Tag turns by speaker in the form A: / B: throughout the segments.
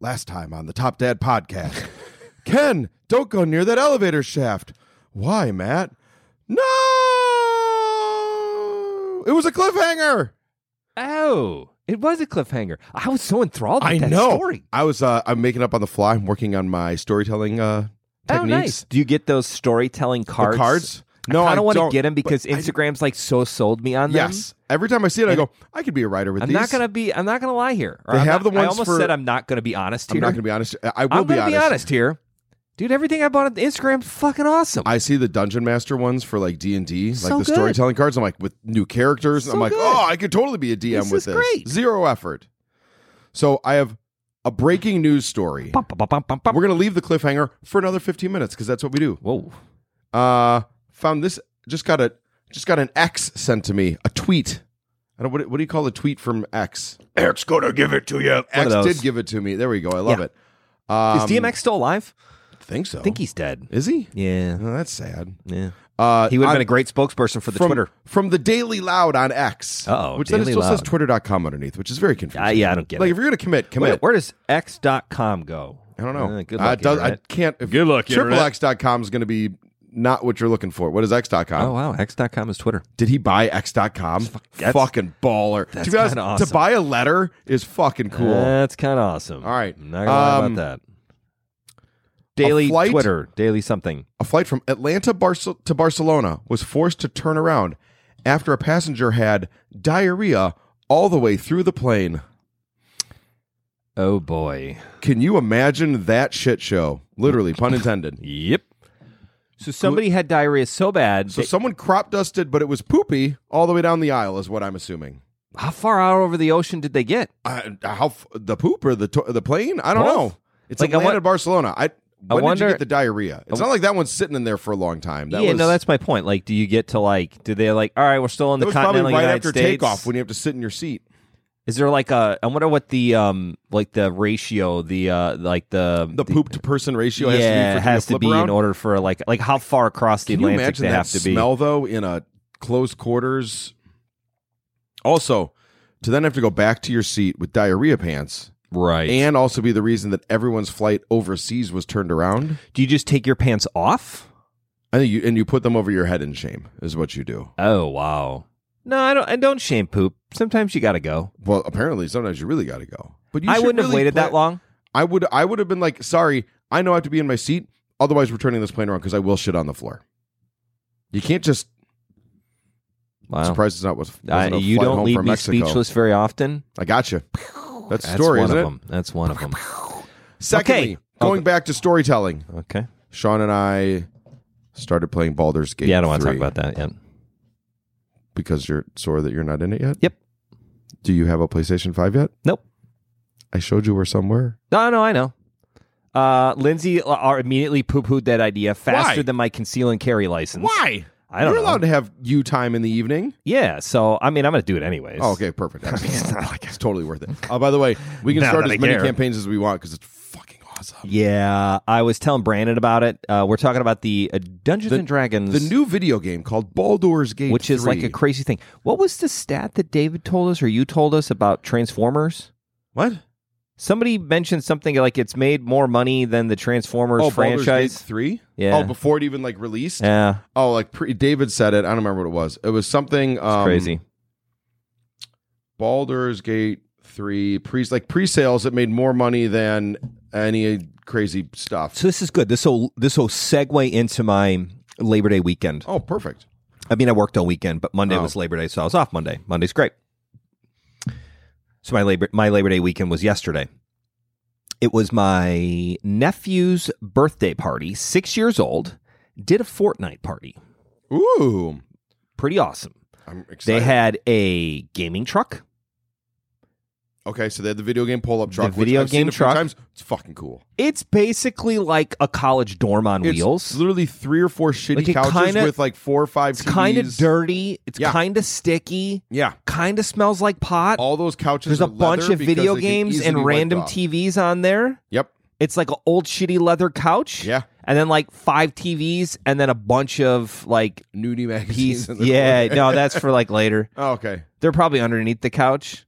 A: Last time on the Top Dad podcast. Ken, don't go near that elevator shaft. Why, Matt? No! It was a cliffhanger.
B: Oh, it was a cliffhanger. I was so enthralled with
A: I
B: that
A: know.
B: story.
A: I was uh, I'm making up on the fly. I'm working on my storytelling uh,
B: Oh,
A: techniques.
B: nice. Do you get those storytelling
A: The
B: cards?
A: cards.
B: No, I
A: I
B: don't want to
A: don't,
B: get them
A: but
B: because
A: I-
B: Instagram's like so sold me on them.
A: Yes. Every time I see it, I
B: And-
A: go, I could be a writer with
B: I'm
A: these.
B: not gonna be. I'm not gonna lie here. Or
A: They
B: I'm
A: have
B: not-
A: the
B: I
A: ones
B: almost
A: for-
B: said I'm not gonna be honest
A: I'm
B: here.
A: not going to be honest. I will
B: I'm
A: be
B: gonna
A: honest.
B: be honest here, dude. Everything I bought on Instagram's fucking awesome.
A: I see the Dungeon Master ones for like D and D, like
B: So
A: the
B: good.
A: storytelling cards. I'm like with new characters.
B: So
A: I'm like,
B: good.
A: oh, I could totally be a DM
B: This
A: with
B: is
A: this.
B: great.
A: Zero effort. So I have a breaking news story.
B: Bum, bum, bum, bum, bum, bum.
A: We're gonna leave the cliffhanger for another 15 minutes because that's what we do.
B: Whoa.
A: Uh, found this. Just got a just got an X sent to me. A tweet. I don't. What, what do you call a tweet from X?
C: Eric's gonna give it to you.
B: One of
A: X
B: those.
A: did give it to me. There we go. I love
B: Yeah.
A: it. Um,
B: Is DMX still alive?
A: Think so.
B: I think he's dead.
A: is he.
B: Yeah.
A: Oh, that's sad.
B: Yeah.
A: Uh,
B: He would have
A: on-
B: been a great spokesperson for the
A: from,
B: Twitter.
A: from the Daily Loud on X.
B: Uh-oh,
A: which then
B: Daily
A: it still says
B: Loud.
A: twitter.com underneath, which is very confusing.
B: Uh, yeah, I don't get
A: like
B: it.
A: if you're going to commit,
B: Where,
A: commit.
B: where does x.com go?
A: I don't know.
B: Uh, good
A: Uh,
B: luck,
A: it does- I
B: Internet.
A: can't. If
C: Good luck,
A: Triple
C: Internet.
A: X.com is going to be not what you're looking for. What is X.com?
B: Oh wow, X.com is Twitter.
A: Did he buy X.com?
B: that's-
A: fucking baller.
B: that's
A: to be honest,
B: kinda awesome. Uh,
A: to buy a letter is fucking cool.
B: That's kind of awesome.
A: All right.
B: I'm not gonna lie
A: Um,
B: about that. Daily
A: flight-
B: Twitter, daily something.
A: a flight from Atlanta Barce- to Barcelona was forced to turn around after a passenger had diarrhea all the way through the plane.
B: Oh boy.
A: Can you imagine that shit show? Literally, pun intended.
B: Yep. So somebody had diarrhea so bad.
A: So
B: they-
A: someone crop dusted, but it was poopy all the way down the aisle, is what I'm assuming.
B: how far out over the ocean did they get?
A: Uh, how f- the poop or the to- the plane? I don't
B: Both.
A: know. It's
B: Like,
A: like
B: I
A: Atlanta
B: wa-
A: to Barcelona. I when
B: wonder-
A: did you get the diarrhea? It's not like that one's sitting in there for a long time. That
B: yeah,
A: was,
B: no, that's my point. Like, do you get to like? Do they like? All right, we're still in
A: that
B: the
A: was probably
B: continental
A: right
B: United
A: after
B: States.
A: takeoff when you have to sit in your seat.
B: Is there like a? I wonder what the um like the ratio the uh like the
A: The poop to person ratio
B: yeah it
A: has
B: has
A: to be, for,
B: to be in order for like like how far across the
A: Can you
B: Atlantic
A: imagine
B: they
A: that
B: have to be.
A: smell though in a closed quarters? Also, to then have to go back to your seat with diarrhea pants.
B: right.
A: and also be the reason that everyone's flight overseas was turned around.
B: do you just take your pants off?
A: I think you and you put them over your head in shame is what you do.
B: Oh wow. No, I don't. I don't shame poop. Sometimes you got to go.
A: Well, apparently sometimes you really got to go. But you
B: I
A: should
B: wouldn't have
A: really
B: waited
A: plan-
B: that long.
A: I would I would have been like, "Sorry, I know I have to be in my seat. Otherwise, we're turning this plane around because I will shit on the floor." You can't just
B: Wow.
A: surprised it's not was
B: I-
A: wasn't a
B: you
A: flight
B: don't
A: home
B: leave
A: from
B: me
A: Mexico.
B: speechless very often.
A: I got you. That's the
B: That's
A: story,
B: one
A: isn't
B: of
A: it?
B: them. That's one of them.
A: Secondly,
B: Okay. Oh.
A: going back to storytelling,
B: Okay.
A: Sean and I started playing Baldur's Gate.
B: Yeah, I don't want to talk
A: 3
B: about that yet.
A: because you're sore that you're not in it yet.
B: Yep.
A: Do you have a PlayStation 5 yet?
B: Nope.
A: I showed you where some were.
B: No, no, I know. Uh, Lindsay uh, are immediately poo pooed that idea faster
A: Why?
B: than my conceal and carry license. I don't
A: You're
B: know.
A: allowed to have you time in the evening.
B: Yeah, so I mean, I'm gonna do it anyways.
A: Oh, okay, perfect. it's totally worth it. Oh, by the way, we can
B: Now
A: start
B: that
A: as
B: I
A: many
B: care.
A: campaigns as we want because it's fucking awesome.
B: Yeah, I was telling Brandon about it. Uh, we're talking about the uh, Dungeons and Dragons,
A: The new video game called Baldur's Gate,
B: which is like
A: 3.
B: a crazy thing. What was the stat that David told us or you told us about Transformers?
A: what?
B: Somebody mentioned something like it's made more money than the Transformers
A: Oh, Baldur's
B: franchise.
A: Gate three.
B: Yeah.
A: Oh, before it even like released.
B: yeah,
A: Oh, like pre- David said it. I don't remember what it was. It was something um,
B: crazy.
A: Baldur's Gate three pre like pre sales. It made more money than any crazy stuff.
B: So this is good. This will this will segue into my Labor Day weekend.
A: Oh, perfect.
B: I mean, I worked all weekend, but Monday
A: Oh.
B: was Labor Day, so I was off Monday. Monday's great. So my labor my Labor Day weekend was yesterday. It was my nephew's birthday party. Six years old, did a Fortnite party.
A: Ooh,
B: Pretty awesome.
A: I'm excited.
B: They had a gaming truck.
A: Okay, so they had the video game pull up truck.
B: The video
A: which I've seen
B: game
A: a few
B: truck.
A: Times. It's fucking cool.
B: It's basically like a college dorm on
A: It's
B: wheels.
A: literally three or four shitty
B: Like, it
A: couches
B: kinda-
A: with like four or five.
B: It's kind of
A: TVs.
B: dirty. It's
A: Yeah.
B: kind of sticky.
A: Yeah,
B: Kind of smells like pot.
A: all those couches.
B: There's
A: are
B: a bunch
A: leather
B: of
A: because
B: video
A: they can
B: games
A: easily be
B: and
A: wiped
B: random
A: off.
B: TVs on there.
A: Yep.
B: It's like an old shitty leather couch.
A: Yeah.
B: And then like five TVs and then a bunch of like
A: Nudie magazines.
B: piece.
A: in the
B: Yeah,
A: corner.
B: no, that's for like later.
A: Oh, okay.
B: They're probably underneath the couch.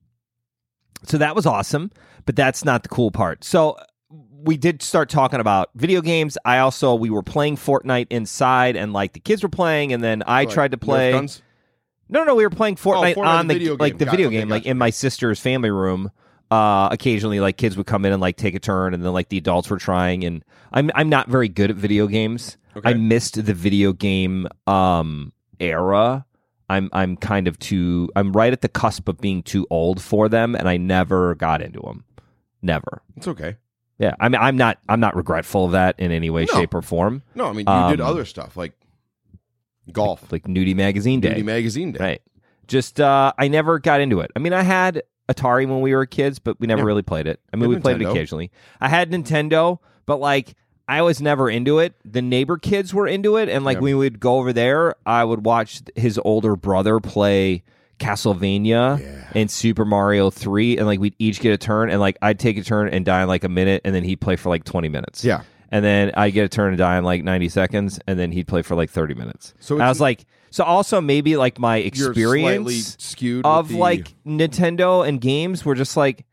B: So that was awesome, but that's not the cool part. So we did start talking about video games. I also we were playing Fortnite inside, and like the kids were playing, and then I
A: Like,
B: tried to
A: Nerf
B: play. No,
A: guns?
B: no, no. We were playing Fortnite,
A: Oh, Fortnite,
B: on
A: the
B: the,
A: video
B: like
A: game.
B: the
A: Got-
B: video
A: okay,
B: game, like
A: gotcha.
B: in my sister's family room. Uh, occasionally, like kids would come in and like take a turn, and then like the adults were trying. And I'm I'm not very good at video games.
A: Okay.
B: I missed the video game um era. I'm I'm kind of too I'm right at the cusp of being too old for them, and I never got into them. Never.
A: It's okay.
B: Yeah, I mean, I'm not, I'm not regretful of that in any way,
A: No.
B: shape, or form.
A: No, I mean you did
B: Um,
A: other stuff like golf,
B: Like Nudie Magazine Day,
A: Duty Magazine Day.
B: right? Just, uh, I never got into it. I mean, I had Atari when we were kids, but we never
A: Yeah.
B: really played it. I mean,
A: Had
B: we played it
A: Nintendo.
B: occasionally. I had Nintendo, but like, I was never into it. The neighbor kids were into it, and like,
A: Yeah.
B: we would go over there. I would watch his older brother play Castlevania.
A: Yeah.
B: in Super Mario 3 and like we'd each get a turn and like I'd take a turn and die in like a minute and then he'd play for like 20 minutes.
A: Yeah.
B: And then I'd get a turn and die in like 90 seconds and then he'd play for like 30 minutes.
A: So
B: So I
A: it's-
B: was like so also maybe like my
A: You're slightly
B: experience
A: skewed with
B: of
A: the-
B: like Nintendo and games were just like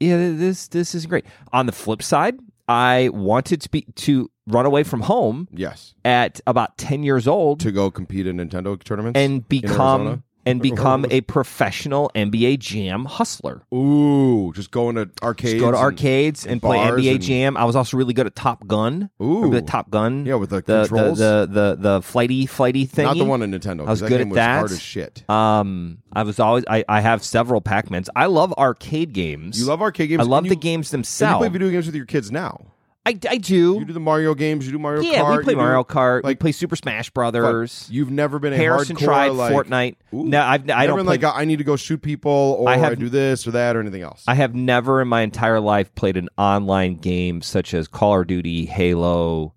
B: yeah th- this this is great. On the flip side, I wanted to be to run away from home
A: yes
B: at about 10 years old
A: to go compete in Nintendo tournaments
B: and
A: Arizona?
B: become and become a professional NBA Jam hustler.
A: Ooh, just going to arcades.
B: Just go
A: and-
B: to arcades and, play
A: bars
B: NBA
A: and-
B: Jam. I was also really good at Top Gun.
A: Ooh,
B: Remember the Top Gun?
A: yeah, with the,
B: the, the,
A: controls.
B: the the the flighty flighty thing.
A: Not the one in Nintendo. 'cause
B: was
A: that
B: good
A: game
B: at
A: was
B: that.
A: Hard as shit.
B: Um, I was always I, I have several Pac-Mans. I love arcade games.
A: You love arcade games.
B: I love
A: and
B: the
A: you,
B: games
A: and You
B: themselves.
A: play video games with your kids now.
B: I, I do.
A: You do the Mario games. You do Mario
B: yeah,
A: Kart.
B: we play
A: you do-
B: Mario Kart. we
A: like-
B: play Super Smash
A: but
B: Brothers.
A: You've never been a
B: Harrison
A: hardcore
B: tried
A: like,
B: Fortnite.
A: Ooh.
B: no, I've I
A: never
B: don't
A: been
B: play.
A: like I need to go shoot people or I,
B: I have-
A: do this or that or anything else.
B: I have never in my entire life played an online game such as Call of Duty, Halo,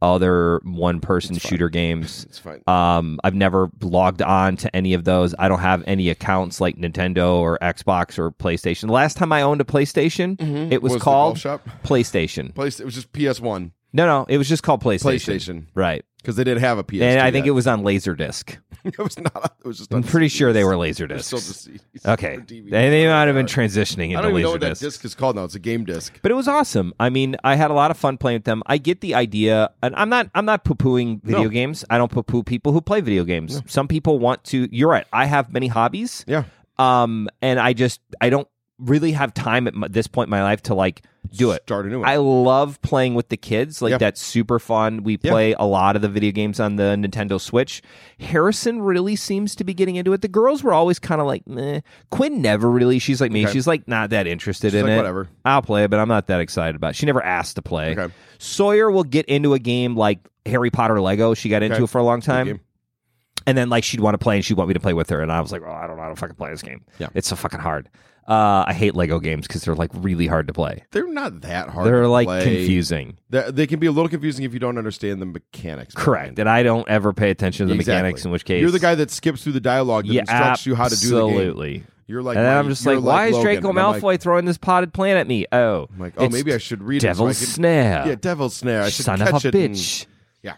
B: other one-person
A: It's fine.
B: shooter games.
A: it's fine.
B: Um, I've never logged on to any of those. I don't have any accounts like Nintendo or Xbox or PlayStation. The last time I owned a PlayStation, it was,
A: Mm-hmm. Was the golf
B: called
A: shop?
B: PlayStation.
A: Place. It was just PS One,
B: No, no, it was just called PlayStation.
A: PlayStation,
B: Right.
A: because they didn't have a PS.
B: and I think it was on Laserdisc.
A: it was not. It was just.
B: I'm
A: on
B: pretty sure they
A: CDs.
B: were
A: It was
B: Laserdiscs.
A: still just CDs
B: okay.
A: or
B: They,
A: DVDs.
B: they might have been transitioning
A: Uh, I
B: into
A: don't even know what that
B: Laserdisc.
A: disc is called now. It's a game disc.
B: but it was awesome. I mean, I had a lot of fun playing with them. I get the idea, and I'm not I'm not poo-pooing video
A: No.
B: games. I don't poo-poo people who play video games. Some people want to. You're right. I have many hobbies.
A: Yeah.
B: Um, and I just I don't really have time at my, this point in my life to like do it.
A: Start a new one.
B: I love playing with the kids. Like
A: Yeah.
B: that's super fun. We
A: Yeah.
B: play a lot of the video games on the Nintendo Switch. Harrison really seems to be getting into it. The girls were always kind of like, meh. Quinn never really. She's like me.
A: Okay.
B: She's like not that interested
A: She's
B: in
A: like,
B: it.
A: whatever.
B: I'll play it, but I'm not that excited about. it. She never asked to play.
A: Okay.
B: Sawyer will get into a game like Harry Potter Lego. She got into
A: Okay.
B: it for a long time.
A: game.
B: And then like she'd want to play and she'd want me to play with her. And I was like, oh, I don't know how to fucking play this game.
A: Yeah.
B: It's so fucking hard. Uh, I hate Lego games because they're like really hard to play.
A: They're not that hard.
B: they're
A: to
B: like
A: play.
B: confusing.
A: They, they can be a little confusing if you don't understand the mechanics.
B: Correct. And I don't ever pay attention to the
A: Exactly.
B: mechanics, in which case
A: You're the guy that skips through the dialogue that
B: yeah,
A: instructs you how to do the game.
B: Absolutely.
A: You're like,
B: and then
A: my-
B: I'm just
A: you're
B: like, why is
A: Logan.
B: Draco
A: And I'm
B: Malfoy
A: Like,
B: throwing this potted plant at me? Oh,
A: I'm like, oh,
B: it's
A: maybe I should read
B: Devil's
A: it. So I
B: Snare.
A: can, yeah, Devil's Snare. I should
B: son
A: catch
B: of a
A: it and-
B: bitch.
A: yeah.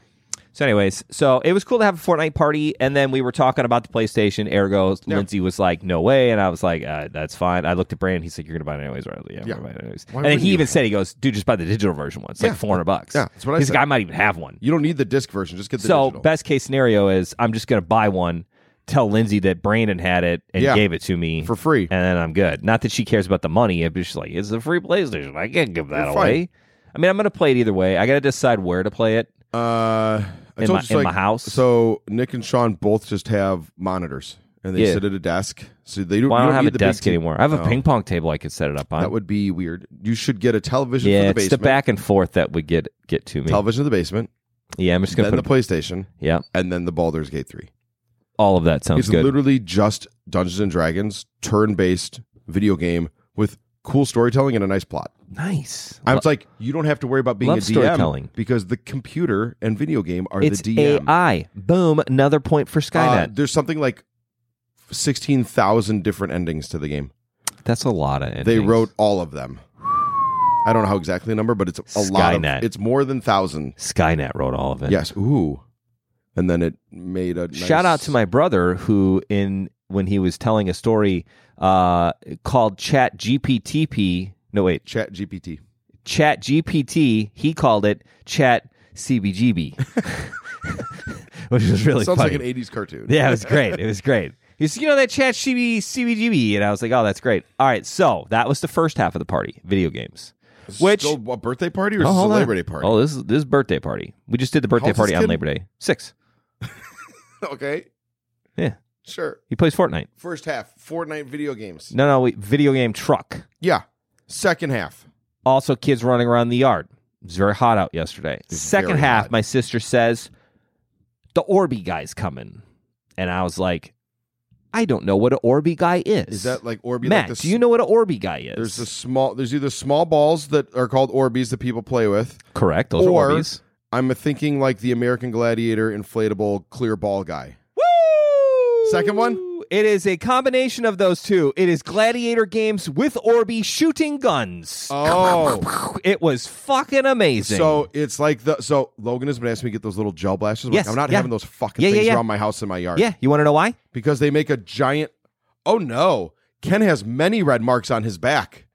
B: So, anyways, so it was cool to have a Fortnite party, and then we were talking about the PlayStation. Ergo,
A: Yeah.
B: Lindsay was like, "No way," and I was like, uh, "That's fine." I looked at Brandon. He's like, "You're gonna buy it anyways, right?" Yeah, I'm
A: Yeah.
B: gonna buy it anyways.
A: Why
B: and then
A: wouldn't
B: he
A: you?
B: even said, "He goes, dude, just buy the digital version one. It's
A: Yeah.
B: like four hundred bucks."
A: Yeah, that's what I
B: He's like,
A: said.
B: "I might even have one."
A: you don't need the disc version. Just get the
B: so
A: digital.
B: best case scenario is I'm just gonna buy one, tell Lindsay that Brandon had it and
A: Yeah.
B: gave it to me
A: for free.
B: and then I'm good. Not that she cares about the money, but she's like, it's a free PlayStation. I can't give that
A: You're fine.
B: away. I mean, I'm gonna play it either way. I gotta decide where to play it.
A: Uh, I
B: In
A: told
B: my-
A: you, so
B: in
A: like,
B: my house?
A: So Nick and Sean both just have monitors, and they
B: Yeah.
A: sit at a desk. So they don't.
B: Well, I
A: you
B: don't have
A: need
B: a
A: the big
B: desk
A: t-
B: anymore. I have
A: No.
B: a ping pong table I could set it up on.
A: That would be weird. You should get a television
B: yeah,
A: for the
B: it's
A: basement.
B: the back and forth that would get get to me.
A: Television in the basement,
B: yeah, I'm just gonna
A: then
B: put
A: the PlayStation,
B: yeah.
A: and then the Baldur's Gate three.
B: All of that sounds
A: it's
B: good.
A: literally just Dungeons and Dragons turn-based video game with cool storytelling and a nice plot.
B: Nice.
A: I was like, you don't have to worry about being
B: Love
A: a DM
B: storytelling.
A: because the computer and video game are
B: it's
A: the DM.
B: AI. Boom. Another point for
A: Uh,
B: Skynet.
A: there's something like sixteen thousand different endings to the game.
B: That's a lot of. Endings.
A: They wrote all of them. I don't know how exactly the number, but it's a lot. Of,
B: Skynet.
A: it's more than thousand.
B: Skynet wrote all of it.
A: Yes. Ooh. and then it made a
B: Shout out to my brother who in when he was telling a story uh, called Chat GPTP. No wait,
A: Chat GPT.
B: Chat GPT. He called it Chat CBGB, which was really
A: Sounds
B: funny.
A: like an '80s cartoon.
B: Yeah, it was great. It was great. He's you know that chat CB, CBGB, and I was like, oh, that's great. All right, so that was the first half of the party, video games. Which
A: Still a birthday party or
B: Oh,
A: is this a
B: hold on.
A: Labor Day party?
B: Oh, this is this is birthday party. We just did the birthday
A: old's
B: party
A: this
B: on
A: kid?
B: Labor Day. Six.
A: okay.
B: Yeah.
A: Sure.
B: He plays Fortnite.
A: First half, Fortnite video games.
B: No, no, we, video game truck.
A: Yeah. Second half.
B: Also, kids running around the yard. It was very hot out yesterday. Second
A: very
B: half,
A: hot.
B: my sister says, "The Orby guy's coming," and I was like, "I don't know what an Orby guy is."
A: Is that like Orby?
B: Matt?
A: like this,
B: do you know what an Orby guy is?
A: There's the small. There's either small balls that are called Orbeez that people play with.
B: correct. Those
A: or-
B: are Orbeez.
A: I'm thinking like the American Gladiator inflatable clear ball guy.
B: Woo!
A: Second one?
B: It is a combination of those two. It is gladiator games with Orby shooting guns.
A: Oh,
B: It was fucking amazing.
A: so it's like the so Logan has been asking me to get those little gel blasters. I'm like,
B: Yes,
A: I'm not
B: yeah.
A: having those fucking
B: Yeah, yeah,
A: things
B: yeah.
A: around my house in my yard.
B: yeah, you want to know why?
A: because they make a giant. Oh no, Ken has many red marks on his back.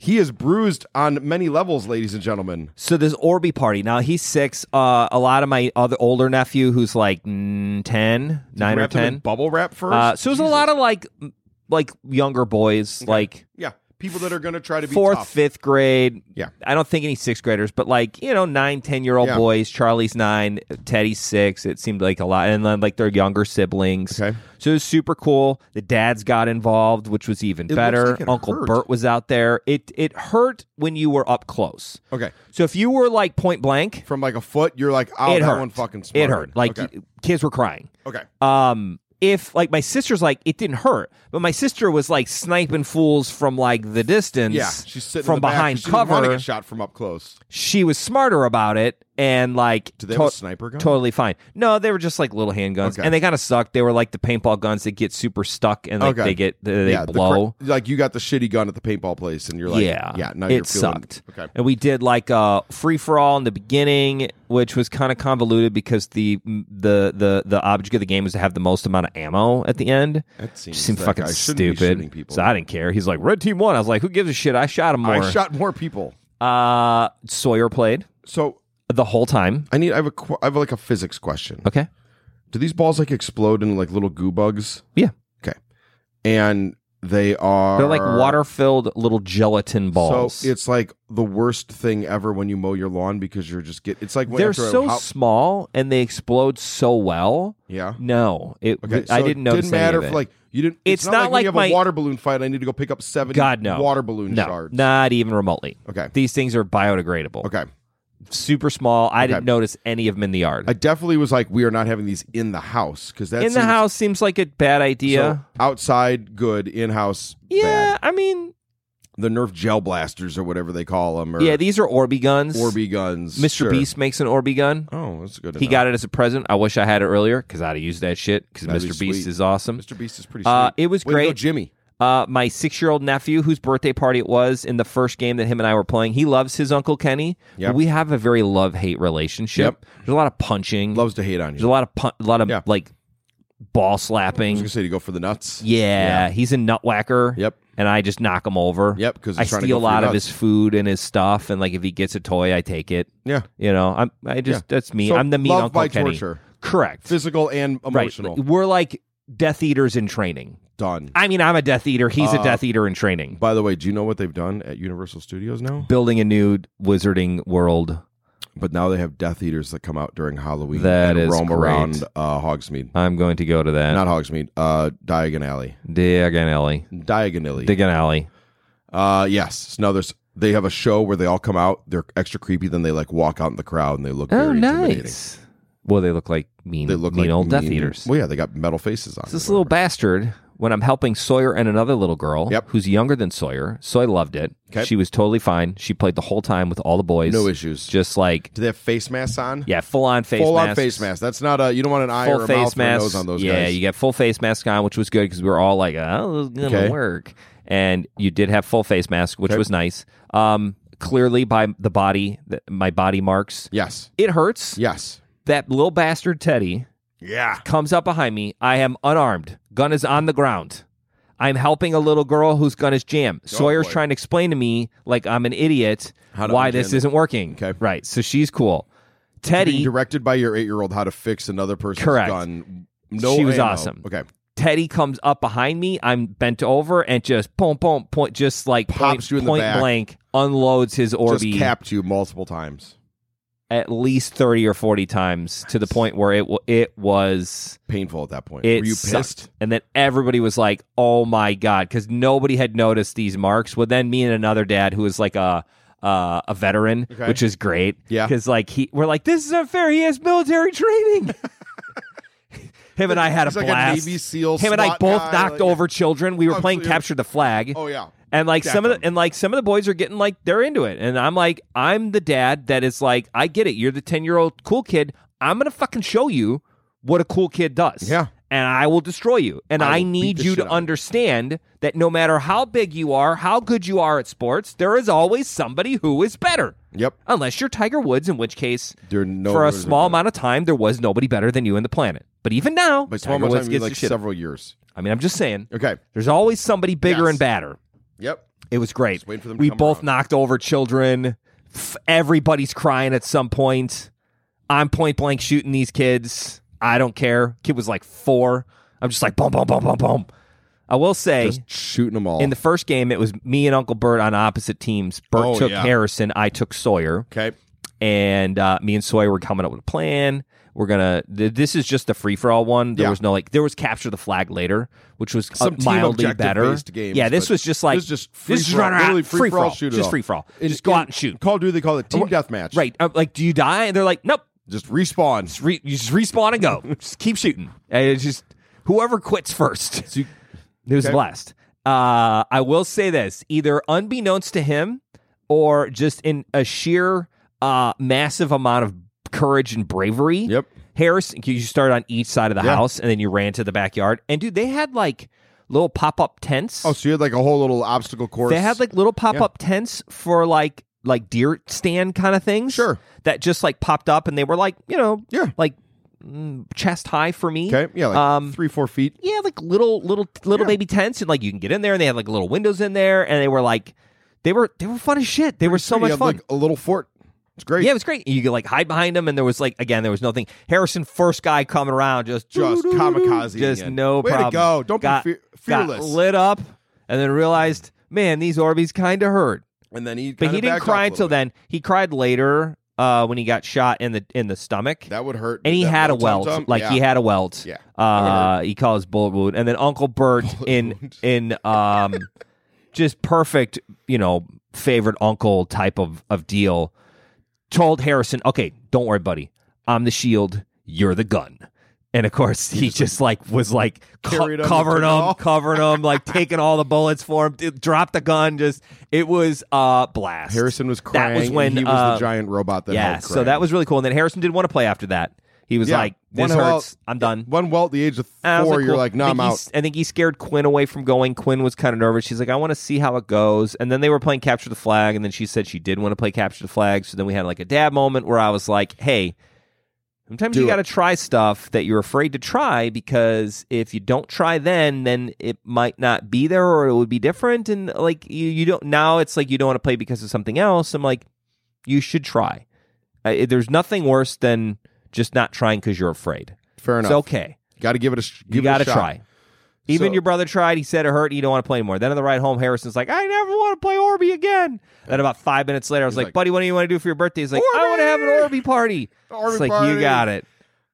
A: He is bruised on many levels, ladies and gentlemen.
B: So this Orby party. Now he's six. Uh, a lot of my other older nephew who's like mm, 10, 9 or
A: Wrap them in
B: 10.
A: bubble wrap first.
B: Uh, so there's a
A: Jesus.
B: lot of like m- like younger boys, like
A: Yeah, people that are going to try to be
B: fourth,
A: tough.
B: fifth grade.
A: Yeah.
B: I don't think any sixth graders, but like, you know, nine, ten year old
A: Yeah.
B: boys. Charlie's nine, Teddy's six. It seemed like a lot. And then like their younger siblings.
A: Okay.
B: So it was super cool. The dads got involved, which was even
A: looks
B: better.
A: like it
B: Uncle
A: hurt.
B: Bert was out there. It it hurt when you were up close.
A: Okay,
B: So if you were like point blank,
A: from like a foot, you're like, oh,
B: it
A: that
B: hurt.
A: one fucking smart.
B: it hurt. Like
A: okay,
B: y- kids were crying.
A: okay.
B: Um if like my sister's like it didn't hurt, but my sister was like sniping fools from like the distance
A: yeah, she's sitting in
B: from
A: the back
B: behind
A: 'cause she didn't wanna
B: cover
A: get shot from up close.
B: she was smarter about it and like
A: Do they
B: to-
A: have a sniper gun?
B: totally fine. No, they were just like little handguns,
A: Okay.
B: and they kind of sucked. They were like the paintball guns that get super stuck and like
A: Okay.
B: they get they, they
A: yeah, the
B: blow.
A: cra- like you got the shitty gun at the paintball place, and you're like,
B: yeah,
A: yeah. Now
B: it
A: you're feeling,
B: sucked.
A: Okay,
B: And we did like a free for all in the beginning, which was kind of convoluted because the the the the object of the game was to have the most amount of ammo at the end.
A: that seems
B: Just seemed
A: that
B: fucking
A: guy shouldn't be shooting
B: stupid.
A: people.
B: So I didn't care. He's like red team one. I was like, who gives a shit? I shot him more.
A: I shot more people.
B: uh, Sawyer played
A: So
B: the whole time.
A: I need. I have a. qu- I have like a physics question.
B: Okay.
A: Do these balls like explode into like little goo bugs?
B: Yeah.
A: Okay, and they are
B: They're like water filled little gelatin balls.
A: So it's like the worst thing ever when you mow your lawn because you're just get. It's like when
B: They're
A: after a
B: so
A: hot-
B: small and they explode so well.
A: yeah.
B: No, it.
A: Okay,
B: I
A: so
B: didn't
A: It
B: notice.
A: didn't
B: any
A: matter
B: of
A: if
B: it.
A: like you didn't.
B: It's
A: like,
B: not like
A: we have
B: my-
A: a water balloon fight. I need to go pick up seventy
B: God, no.
A: water balloon
B: no,
A: shards.
B: not even remotely.
A: Okay.
B: These things are biodegradable.
A: Okay.
B: Super small. I didn't notice any of them in the yard.
A: I definitely was like, we are not having these in the house because that's
B: in the house seems like a bad idea.
A: outside good, in house
B: yeah,
A: bad.
B: I mean,
A: The Nerf gel blasters or whatever they call them, or
B: yeah, these are Orby guns.
A: Orby guns.
B: Mr.
A: Sure.
B: Beast makes an Orby gun.
A: Oh, that's good.
B: He got it as a present. I wish I had it earlier because I'd have used that shit because
A: That'd be
B: Mr. Beast
A: sweet.
B: is awesome.
A: Mr. Beast is pretty. Sweet.
B: Uh, it was
A: Way to go,
B: great.
A: Jimmy.
B: Uh, my six year old nephew, whose birthday party it was in the first game that him and I were playing, he loves his Uncle Kenny.
A: Yep.
B: But we have a very love hate relationship. There's a lot of punching.
A: Loves to hate on
B: There's a
A: you.
B: lot of pun- a lot of
A: Yeah.
B: like ball
A: I was gonna
B: slapping.
A: say to go for the nuts.
B: Yeah,
A: Yeah.
B: he's a nutwhacker.
A: Yep.
B: And I just knock him over.
A: Yep, 'cause he's
B: I
A: trying to
B: steal a
A: go for your
B: lot of
A: nuts.
B: his food and his stuff. And like if he gets a toy, I take it.
A: Yeah.
B: You know, I'm I just
A: Yeah.
B: that's me.
A: So,
B: I'm the mean
A: love
B: Uncle
A: by
B: Kenny.
A: torture.
B: Correct.
A: Physical and
B: Right.
A: emotional.
B: We're like Death Eaters in training.
A: Done.
B: I mean, I'm a Death Eater. He's a
A: Uh,
B: Death Eater in training.
A: By the way, do you know what they've done at Universal Studios now?
B: building a new wizarding world.
A: But now they have Death Eaters that come out during Halloween
B: That
A: and
B: is
A: roam
B: great.
A: around uh, Hogsmeade.
B: I'm going to go to that.
A: Not Hogsmeade, uh, Diagon Alley.
B: Diagon Alley.
A: Diagon Alley.
B: Diagon Alley.
A: Uh, yes. No, there's they have a show where they all come out. They're extra creepy. Then they like walk out in the crowd and they look.
B: Oh,
A: very intimidating.
B: nice. Well, they look like mean,
A: They look
B: mean
A: like
B: old Death
A: mean-
B: Eaters.
A: Well, yeah, they got metal faces on.
B: this
A: or
B: little
A: whatever.
B: bastard, when I'm helping Sawyer and another little girl
A: Yep.
B: who's younger than Sawyer, Soy loved it.
A: Okay.
B: She was totally fine. She played the whole time with all the boys.
A: no issues.
B: Just like,
A: Do they have face masks on?
B: yeah, full on face
A: full on
B: masks.
A: face mask. That's not a. You don't want an eye
B: Full
A: or a mouth or a
B: face mask.
A: nose on those
B: yeah,
A: guys.
B: you got full face mask on, which was good because we were all like, "Oh, this is gonna
A: Okay.
B: work." And you did have full face mask, which
A: Okay.
B: was nice. Um, clearly by the body, the, my body marks,
A: yes.
B: it hurts.
A: Yes.
B: That little bastard Teddy
A: Yeah.
B: comes up behind me. I am unarmed. Gun is on the ground. I'm helping a little girl whose gun is jammed. Sawyer's
A: Oh, boy.
B: trying to explain to me, like I'm an idiot,
A: How to
B: why this
A: unjam it.
B: isn't working.
A: Okay.
B: Right. So she's cool.
A: Being
B: Teddy,
A: directed by your eight year old how to fix another person's
B: Correct.
A: gun. No,
B: She was
A: ammo.
B: awesome.
A: Okay.
B: Teddy comes up behind me. I'm bent over and just boom, boom, point, just like
A: Pops
B: point,
A: you in the
B: point
A: back.
B: blank, unloads his Orbi
A: Just capped you multiple times.
B: at least thirty or forty times to the point where it wa- it was
A: Painful at that point.
B: It
A: Were you
B: sucked.
A: pissed?
B: And then everybody was like, "Oh my god!" Because nobody had noticed these marks. Well, then me and another dad who was like a uh, a veteran,
A: Okay.
B: which is great.
A: Yeah.
B: because like he, we're like, "This is unfair." He has military training. Him and I had
A: He's
B: a
A: like
B: blast.
A: a Navy SEAL.
B: Him and I
A: SWAT
B: both
A: guy,
B: knocked
A: like-
B: over children. We were playing
A: Absolutely.
B: capture the flag.
A: Oh yeah.
B: And like
A: Jack
B: some of
A: them.
B: the and like some of the boys are getting like they're into it, and I'm like I'm the dad that is like I get it. You're the ten year old cool kid. I'm gonna fucking show you what a cool kid does.
A: Yeah.
B: and I will destroy you. And
A: I will
B: I,
A: beat
B: need
A: the
B: you
A: shit
B: to
A: out of you.
B: understand that no matter how big you are, how good you are at sports, there is always somebody who is better.
A: Yep.
B: Unless you're Tiger Woods, in which case,
A: There are no
B: for a
A: others
B: small
A: that-
B: amount of time, there was nobody better than you in the planet. But even now,
A: By small amount
B: Tiger
A: of
B: Woods
A: time, you
B: gets
A: mean like
B: his shit.
A: several years.
B: I mean, I'm just saying,
A: Okay.
B: there's always somebody bigger
A: Yes.
B: and badder.
A: Yep.
B: It was great.
A: waiting for them to
B: we
A: come
B: both
A: around.
B: knocked over children. F- everybody's crying at some point. I'm point blank shooting these kids. I don't care. Kid was like four. I'm just like boom, boom, boom, boom, boom. I will say
A: Just shooting them all.
B: in the first game, it was me and Uncle Bert on opposite teams. Bert
A: Oh,
B: took
A: yeah.
B: Harrison. I took Sawyer
A: okay.
B: and uh, me and Sawyer were coming up with a plan. We're gonna. Th- this is just the free for all one. There
A: Yeah.
B: was no like. There was capture the flag later, which was uh,
A: Some team
B: mildly
A: objective
B: better.
A: based games,
B: yeah, this
A: but
B: was just like
A: this is just
B: this is
A: free-for-all,
B: running around,
A: literally
B: free for
A: free-for-all,
B: all,
A: shoot it
B: just
A: all.
B: free for all.
A: In-
B: Just go
A: in
B: out and shoot.
A: Call of Duty. They call it team deathmatch.
B: Right, I'm like, do you die? And they're like, nope.
A: Just respawn.
B: Just re- you just respawn and go. just keep shooting. And it's just whoever quits first.
A: So you-
B: It was a
A: Okay.
B: blast. Uh, I will say this: either unbeknownst to him, or just in a sheer uh, massive amount of courage and bravery.
A: Yep.
B: Harris, you started on each side of the
A: Yeah.
B: house, and then you ran to the backyard. And dude, they had like little pop up tents.
A: Oh, so you had like a whole little obstacle course.
B: They had like little pop up tents for like like deer stand kind of things.
A: Sure.
B: That just like popped up, and they were like you know
A: Yeah.
B: like mm, chest high for me.
A: okay, yeah, like
B: um,
A: three, four feet.
B: yeah, like little little little
A: Yeah.
B: baby tents, and like you can get in there, and they had like little windows in there, and they were like, they were they were fun as shit. They were so
A: You
B: much
A: had,
B: fun.
A: Like a little fort. It's great.
B: yeah, it was great. You could like hide behind them, and there was like again, there was nothing. Harrison, first guy coming around, just
A: Just kamikaze.
B: just no
A: Way
B: problem.
A: to go. Don't
B: got,
A: be fe-
B: got
A: fearless.
B: lit up, and then realized, man, these Orbeez kind of hurt.
A: and then he.
B: But
A: kinda
B: he didn't
A: backed
B: cry
A: off a little
B: until
A: bit.
B: then. He cried later uh, when he got shot in the in the stomach
A: That would hurt.
B: and he
A: That
B: had a
A: one
B: welt.
A: tum-tum.
B: Like
A: yeah.
B: he had a welt.
A: Yeah.
B: Uh, he calls bullet wound, and then Uncle Bert in
A: wound.
B: in um, just perfect, you know, favorite uncle type of of deal. Told Harrison, okay, don't worry, buddy. I'm the shield. You're the gun. And of course, he, just, like was like co-
A: carried him and
B: covering
A: took it all.
B: him, covering him, like taking all the bullets for him. Dude, dropped the gun. Just it was a blast.
A: Harrison was crying.
B: That was when
A: and he was
B: uh,
A: the giant robot that.
B: yeah,
A: held
B: so
A: Krang.
B: that was really cool. And then Harrison did want to play after that. He was
A: Yeah.
B: like,
A: One
B: "This
A: hell
B: hurts.
A: out-
B: I'm done."
A: Mm-hmm. one welt. at The age of
B: And Ah, I was
A: four,
B: like,
A: you're
B: cool.
A: like, no,
B: I
A: I'm
B: think
A: out.
B: he's- I think he scared Quinn away from going. Quinn was kind of nervous. She's like, "I want to see how it goes." And then they were playing capture the flag, and then she said she did want to play capture the flag. So then we had like a dad moment where I was like, "Hey." Sometimes
A: Do
B: you
A: it.
B: got to try stuff that you're afraid to try because if you don't try then, then it might not be there or it would be different. And like you, you don't, now it's like you don't want to play because of something else. I'm like, you should try. Uh, there's nothing worse than just not trying because you're afraid.
A: Fair enough.
B: It's okay.
A: Got to give it a. sh- Give
B: You
A: it
B: got
A: a
B: to
A: shot.
B: try. Even
A: So-
B: your brother tried. He said it hurt. He don't want to play anymore. Then on the ride home, Harrison's like, "I never want to play Orby again." Then about five minutes later, I was like,
A: like,
B: "Buddy, what do you want to do for your birthday?" He's like, "I want to have an Orby party."
A: Orby
B: it's like you
A: party.
B: got it.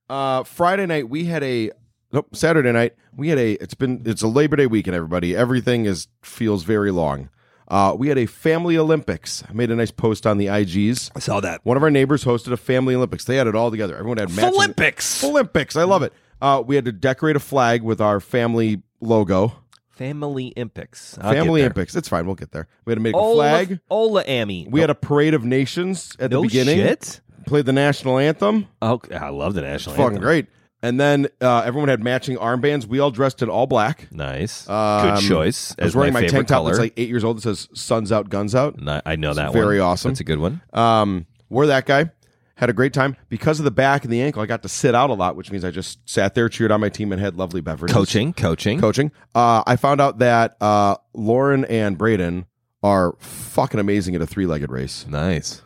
A: uh, Friday night we had a nope Saturday night we had a it's been it's a Labor Day weekend everybody everything is feels very long. Uh, we had a family Olympics. I made a nice post on the IGs.
B: I saw that.
A: One of our neighbors hosted a family Olympics. They had it all together. Everyone had matching
B: Olympics.
A: Olympics. I love it. Uh, we had to decorate a flag with our family logo.
B: Family Olympics.
A: family Olympics. It's fine. We'll get there. We had to make a flag.
B: Flag. Ola Amy.
A: we had a parade of nations at
B: no
A: the beginning.
B: shit.
A: Played the national anthem.
B: Oh, I love the national.
A: Fucking
B: anthem.
A: great. And then uh, everyone had matching armbands. We all dressed in all black.
B: Nice.
A: Um,
B: Good choice.
A: I was
B: As
A: wearing my,
B: favorite
A: tank top
B: color.
A: that's like eight years old that says "Suns Out, Guns Out."
B: Ni- I know that
A: very
B: one.
A: awesome.
B: That's a good one.
A: Um, we're that guy, Had a great time because of the back and the ankle. I got to sit out a lot, which means I just sat there, cheered on my team, and had lovely beverages.
B: Coaching, coaching.
A: coaching. Uh, I found out that uh, Lauren and Braden are fucking amazing at a three-legged race.
B: Nice.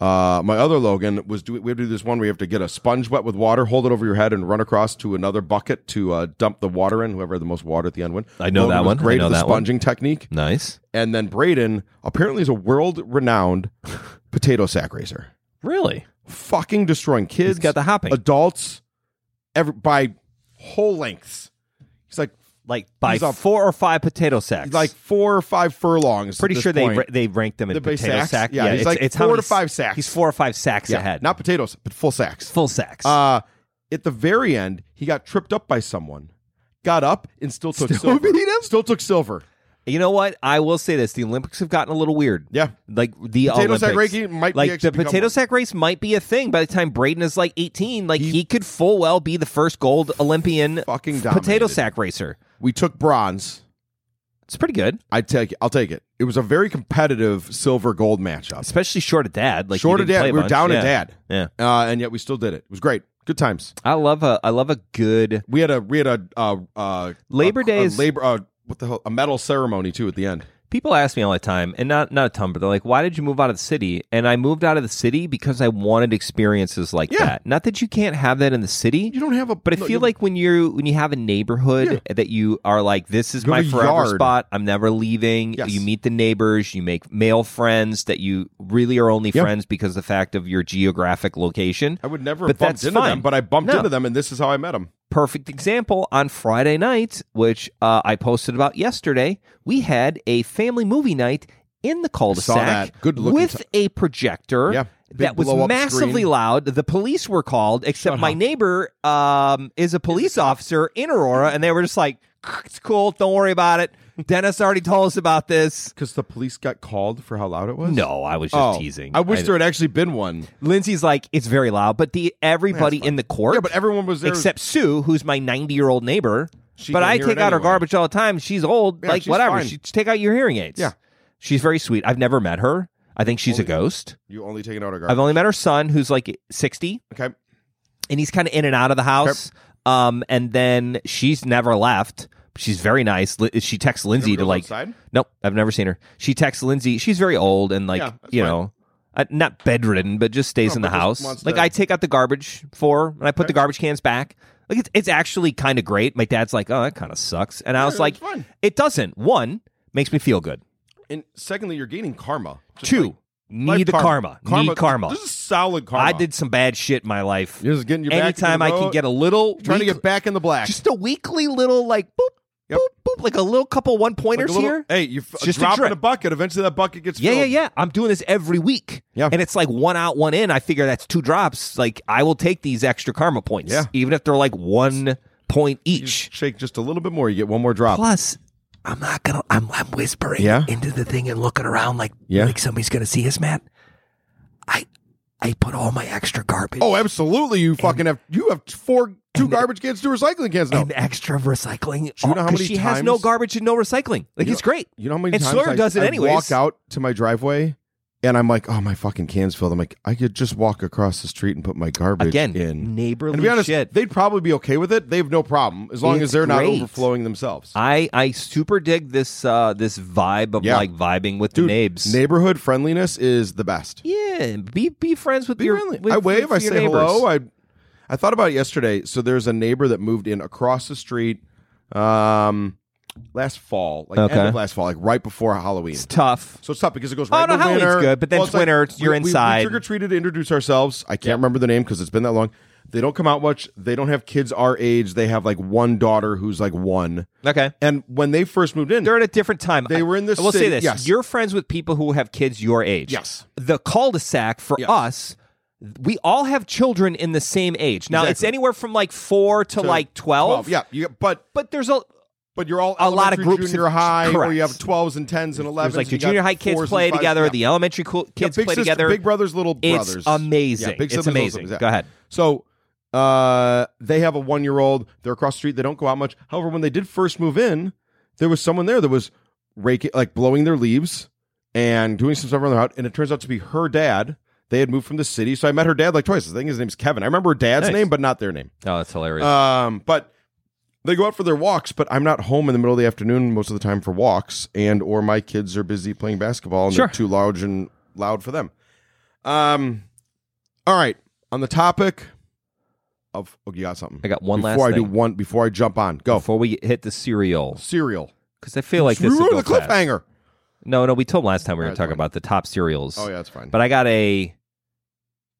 A: Uh, my other Logan was do we have to do this one where you have to get a sponge wet with water, hold it over your head, and run across to another bucket to uh, dump the water in. Whoever had the most water at the end win.
B: I know
A: Logan
B: that
A: was
B: one. I
A: Great
B: know
A: at the
B: that one.
A: sponging technique.
B: Nice.
A: And then Braden apparently is a world-renowned potato sack racer,
B: Really?
A: fucking destroying kids.
B: He's got the hopping.
A: adults every, by whole lengths. He's like
B: like by
A: he's a-
B: four or five potato sacks.
A: he's like four or five furlongs. at
B: pretty
A: this
B: sure they
A: point.
B: ra- they ranked them in
A: The base
B: potato
A: sacks?
B: sack.
A: Yeah, he's
B: it's,
A: like
B: it's how
A: four
B: many
A: to five
B: s-
A: sacks.
B: He's four or five sacks
A: yeah,
B: ahead.
A: not potatoes, but full sacks.
B: full sacks.
A: Uh, at the very end, he got tripped up by someone, got up and still took
B: Still
A: silver.
B: beat him?
A: Still took silver.
B: you know what? I will say this: the Olympics have gotten a little weird.
A: Yeah.
B: Like the
A: Potato
B: Olympics.
A: sack ranking might be
B: like
A: actually
B: the
A: become
B: potato
A: one.
B: sack race might be a thing by the time Braden is like 18 like he, could full well be the first gold Olympian
A: fucking
B: f- potato
A: dominated.
B: sack racer
A: We took bronze.
B: it's pretty good
A: I take I'll take it. It was a very competitive silver gold matchup.
B: especially short of dad like he
A: Short of
B: didn't play
A: dad.
B: a
A: We were
B: bunch.
A: down
B: yeah.
A: a dad.
B: yeah
A: Uh, and yet we still did it. It was great. Good times.
B: I love a I love a good
A: We had a we had a uh, uh,
B: Labor
A: a- a
B: Day is- labor
A: labor uh, what the hell a medal ceremony too at the end.
B: People ask me all the time, and not not a ton, but they're like, "Why did you move out of the city?" And I moved out of the city because I wanted experiences like
A: Yeah.
B: that. Not that you can't have that in the city,
A: You don't have a
B: but I feel like when you when you have a neighborhood that you are like, "This is
A: You
B: my
A: have a
B: forever
A: yard."
B: spot. I'm never leaving."
A: Yes.
B: You meet the neighbors, you make male friends that you really are only
A: Yeah.
B: friends because of the fact of your geographic location.
A: I would never
B: But
A: have bumped
B: that's
A: into
B: fine.
A: them, but I bumped
B: No.
A: into them, and this is how I met them.
B: perfect example on Friday night, which uh, I posted about yesterday. We had a family movie night in the cul-de-sac
A: Saw that. Good looking
B: with a projector
A: Yeah. Big
B: that was
A: blow-up
B: massively
A: screen. Uh-huh.
B: loud. The police were called, except my neighbor um, is a police officer in Aurora, and they were just like, "It's cool, don't worry about it." Dennis already told us about this.
A: Because the police got called for how loud it was?
B: No, I was just
A: Oh,
B: teasing.
A: I wish there had actually been one.
B: Lindsay's like, "It's very loud," but the everybody in the court,
A: Yeah, but everyone was there.
B: except Sue, who's my 90 year old neighbor.
A: She
B: but
A: can
B: I
A: hear
B: take
A: it
B: out her
A: anyway.
B: garbage all the time. She's old,
A: Yeah,
B: like
A: she's
B: whatever.
A: fine.
B: She take out your hearing aids.
A: Yeah.
B: she's very sweet. I've never met her. I think she's a ghost.
A: you only taking out a
B: I've
A: garbage.
B: only met her son, who's like 60,
A: okay.
B: and he's kind of in and out of the house. Um, and then she's never left. She's very nice. Li- She texts Lindsay
A: Never
B: to
A: goes
B: like,
A: outside?
B: nope, I've never seen her. She texts Lindsay. She's very old and like,
A: Yeah, that's
B: you
A: fine.
B: know, uh, not bedridden, but just stays
A: No,
B: in the
A: but just
B: house.
A: wants
B: Like
A: to-
B: I take out the garbage for, her, and I put the garbage cans back. Like it's it's actually kind of great. My dad's like, oh, that kind of sucks, and I was
A: it's
B: like,
A: fine.
B: it doesn't. One makes me feel good.
A: And secondly, you're gaining karma. Just
B: Two.
A: like life
B: Need the karma. Need karma.
A: This is solid karma.
B: I did some bad shit in my life.
A: You're just getting your back
B: Anytime
A: into
B: I
A: the
B: can
A: road.
B: get a little
A: Trying to
B: weak-
A: get back in the black.
B: just a weekly little like boop
A: Yep.
B: boop boop like a little couple one
A: Like
B: pointers
A: a little-
B: here.
A: Hey, you f-
B: Just a
A: drop in
B: drip.
A: a bucket. Eventually, that bucket gets
B: Yeah, yeah,
A: filled.
B: yeah. I'm doing this every week.
A: Yeah.
B: And it's like one out, one in. I figure that's two drops. Like I will take these extra karma points.
A: Yeah.
B: Even if they're like one point each.
A: Shake just a little bit more. You get one more drop.
B: Plus, I'm not gonna I'm I'm whispering
A: Yeah?
B: into the thing and looking around like
A: Yeah.
B: like somebody's gonna see us, Matt. I I put all my extra garbage
A: Oh, absolutely. You fucking have you have four two garbage cans, two recycling cans now.
B: and extra recycling.
A: Do you know how
B: 'cause
A: many
B: she has no
A: times-
B: garbage and no recycling. Like
A: You
B: it's
A: know-
B: great.
A: You know how many
B: And
A: times
B: Slur
A: I,
B: does it
A: I
B: anyways.
A: walk out to my driveway and I'm like, oh, my fucking can's filled. I'm like, I could just walk across the street and put my garbage
B: Again,
A: in.
B: neighborly
A: And to be honest,
B: shit.
A: they'd probably be okay with it. They have no problem as long
B: It's
A: as they're not
B: great. Ah,
A: overflowing themselves.
B: I I super dig this uh this vibe of
A: Yeah.
B: like vibing with
A: Dude,
B: the neighbs.
A: Neighborhood friendliness is the best.
B: yeah, be be friends with
A: Be
B: your.
A: friendly.
B: With,
A: I wave,
B: with
A: I
B: your
A: say
B: neighbors.
A: hello. I I thought about it yesterday. So there's a neighbor that moved in across the street um last fall, like
B: Okay.
A: end of last fall, like right before Halloween.
B: It's tough.
A: So it's tough because it goes
B: Oh,
A: right
B: no,
A: into
B: Halloween's
A: winter.
B: good, but then it's winter,
A: we-
B: you're
A: we-
B: inside.
A: We, trick or treated to introduce ourselves. I can't remember the name because it's been that long. They don't come out much. They don't have kids our age. They have like one daughter who's like one.
B: Okay.
A: And when they first moved in,
B: They're at a different time.
A: They were in the
B: I will say
A: city-
B: this:
A: yes.
B: you're friends with people who have kids your age.
A: Yes.
B: The cul-de-sac for
A: Yes.
B: us, we all have children in the same age. Now it's
A: Exactly.
B: anywhere from like four to, like twelve.
A: well, yeah, you, but
B: But there's a
A: but you're all
B: A lot of
A: elementary,
B: groups
A: junior
B: of-
A: high, or
B: correct.
A: you have twelves and tens and elevens.
B: there's like your
A: you got
B: junior high kids
A: fours and
B: play
A: fives.
B: together,
A: Yeah.
B: the elementary cool
A: Yeah,
B: kids
A: big
B: play
A: sister-
B: together.
A: Big brothers, little
B: It's
A: brothers.
B: amazing.
A: Yeah, big
B: It's
A: sisters, little
B: amazing.
A: sisters, yeah.
B: Go ahead.
A: So uh, they have a one year old. They're across the street. They don't go out much. However, when they did first move in, there was someone there that was raking, like blowing their leaves and doing some stuff around their house. And it turns out to be her dad They had moved from the city, so I met her dad like twice. I think his name's Kevin. I remember her dad's
B: Nice.
A: name, but not their name.
B: Oh, that's hilarious.
A: Um, but they go out for their walks, but I'm not home in the middle of the afternoon most of the time for walks, and or my kids are busy playing basketball and
B: Sure.
A: they're too loud and loud for them. Um, all right. On the topic of oh, you got something?
B: I got one
A: before
B: last
A: I do
B: thing.
A: one before I jump on. Go
B: Before we hit the cereal,
A: cereal.
B: because I feel like
A: we
B: this. will
A: were the
B: go fast.
A: cliffhanger.
B: No, no, we told last time we were
A: That's
B: talking
A: fine.
B: about the top cereals.
A: Oh yeah, that's fine.
B: But I got a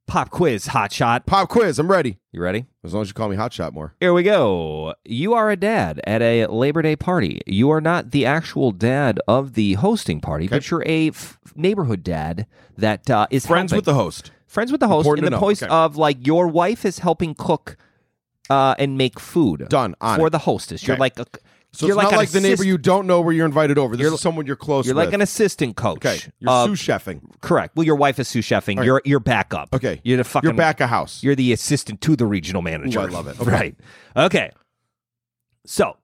B: pop quiz, hot shot.
A: Pop quiz. I'm ready.
B: You ready?
A: As long as you call me Hot Shot more.
B: Here we go. You are a dad at a Labor Day party. You are not the actual dad of the hosting party, but you're a f- neighborhood dad that uh, is
A: Friends
B: helping.
A: with the host.
B: friends with the host
A: Important
B: in the
A: to know.
B: voice
A: Okay.
B: of like your wife is helping cook uh, and make food
A: Done. On
B: for
A: it.
B: the hostess. You're
A: Okay.
B: like a
A: So
B: you're
A: it's
B: like
A: not
B: an
A: like the neighbor
B: assist-
A: you don't know where you're invited over. This
B: You're
A: is someone you're close
B: you're
A: with.
B: like an assistant coach.
A: okay. You're
B: Uh,
A: sous chefing.
B: correct. Well, your wife is sous chefing. You're you're backup.
A: Okay.
B: You're the fucking
A: You're back a house.
B: You're the assistant to the regional manager.
A: Ooh, I love it. Okay.
B: Right. Okay. So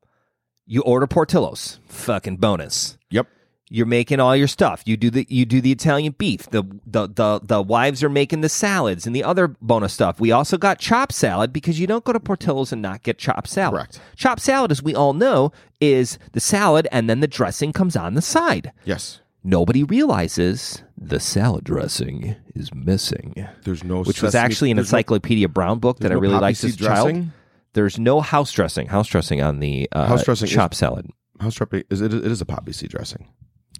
B: you order Portillo's. Fucking bonus.
A: yep.
B: You're making all your stuff. You do the you do the Italian beef. The the the the wives are making the salads and the other bonus stuff. We also got chopped salad because you don't go to Portillo's and not get chopped salad.
A: Correct.
B: Chopped salad, as we all know, is the salad and then the dressing comes on the side.
A: Yes.
B: Nobody realizes the salad dressing is missing
A: There's no
B: which was
A: sesame-
B: actually an
A: there's no-
B: Encyclopedia Brown book that I
A: no
B: really
A: poppy
B: liked as a
A: seed
B: child.
A: dressing?
B: There's no house dressing. House dressing on the uh,
A: House dressing is-
B: chopped salad.
A: house dressing. Is it, it is a poppy seed dressing?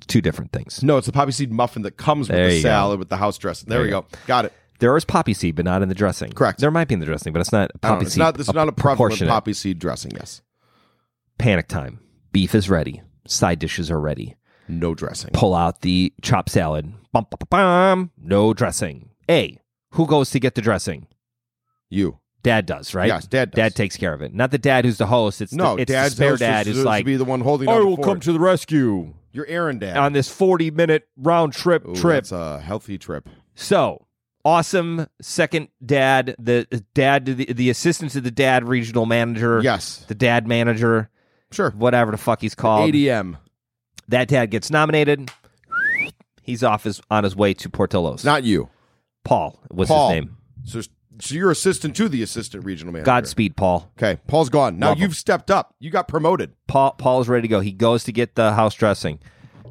B: Two different things.
A: No, it's the poppy seed muffin that comes with
B: There you
A: the
B: go.
A: salad with the house dressing. There, we go. Got it.
B: There is poppy seed, but not in the dressing.
A: Correct.
B: There might be in the dressing, but it's not
A: I don't know.
B: poppy
A: It's
B: seed.
A: not. It's
B: up-
A: not a prevalent
B: proportionate.
A: poppy seed dressing. Yes.
B: Panic time. Beef is ready. Side dishes are ready.
A: No dressing.
B: Pull out the chopped salad. Bum, bum, bum, bum. No dressing. A. Who goes to get the dressing?
A: You.
B: Dad does, right?
A: Yes. Dad. Does.
B: Dad takes care of it. Not the dad who's the host. It's
A: No.
B: the, it's
A: dad's
B: the spare
A: host
B: dad
A: is
B: who's
A: supposed to
B: like,
A: be the one holding.
B: I
A: down the
B: will come
A: fort.
B: to the rescue.
A: Your Aaron dad
B: on this 40 minute round trip
A: Ooh,
B: trip.
A: That's a healthy trip.
B: So awesome second dad, the the dad, to the, the assistant to the dad regional manager,
A: Yes.
B: the dad manager,
A: Sure.
B: whatever the fuck he's called.
A: ADM.
B: That dad gets nominated. He's off his on his way to Portillo's.
A: Not you.
B: Paul was
A: Paul.
B: his name.
A: So, so your assistant to the assistant regional manager.
B: Godspeed, Paul.
A: Okay, Paul's gone. Now
B: Love him.
A: you've stepped up. You got promoted.
B: Paul Paul's ready to go. He goes to get the house dressing,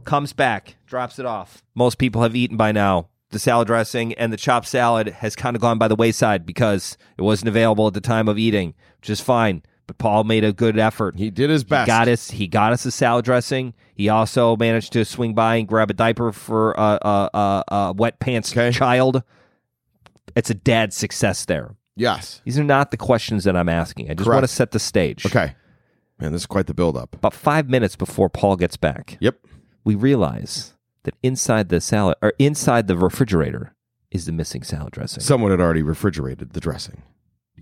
B: comes back, drops it off. Most people have eaten by now. The salad dressing and the chopped salad has kind of gone by the wayside because it wasn't available at the time of eating, which is fine. But Paul made a good effort.
A: He did his
B: He
A: best.
B: got us. He got us the salad dressing. He also managed to swing by and grab a diaper for a uh, uh, uh, wet pants
A: Okay.
B: child. It's a dad's success there.
A: Yes.
B: These are not the questions that I'm asking. I just want to
A: Correct.
B: set the stage.
A: Okay. Man, this is quite the buildup.
B: About five minutes before Paul gets back,
A: Yep.
B: we realize that inside the salad or inside the refrigerator is the missing salad dressing.
A: Someone had already refrigerated the dressing.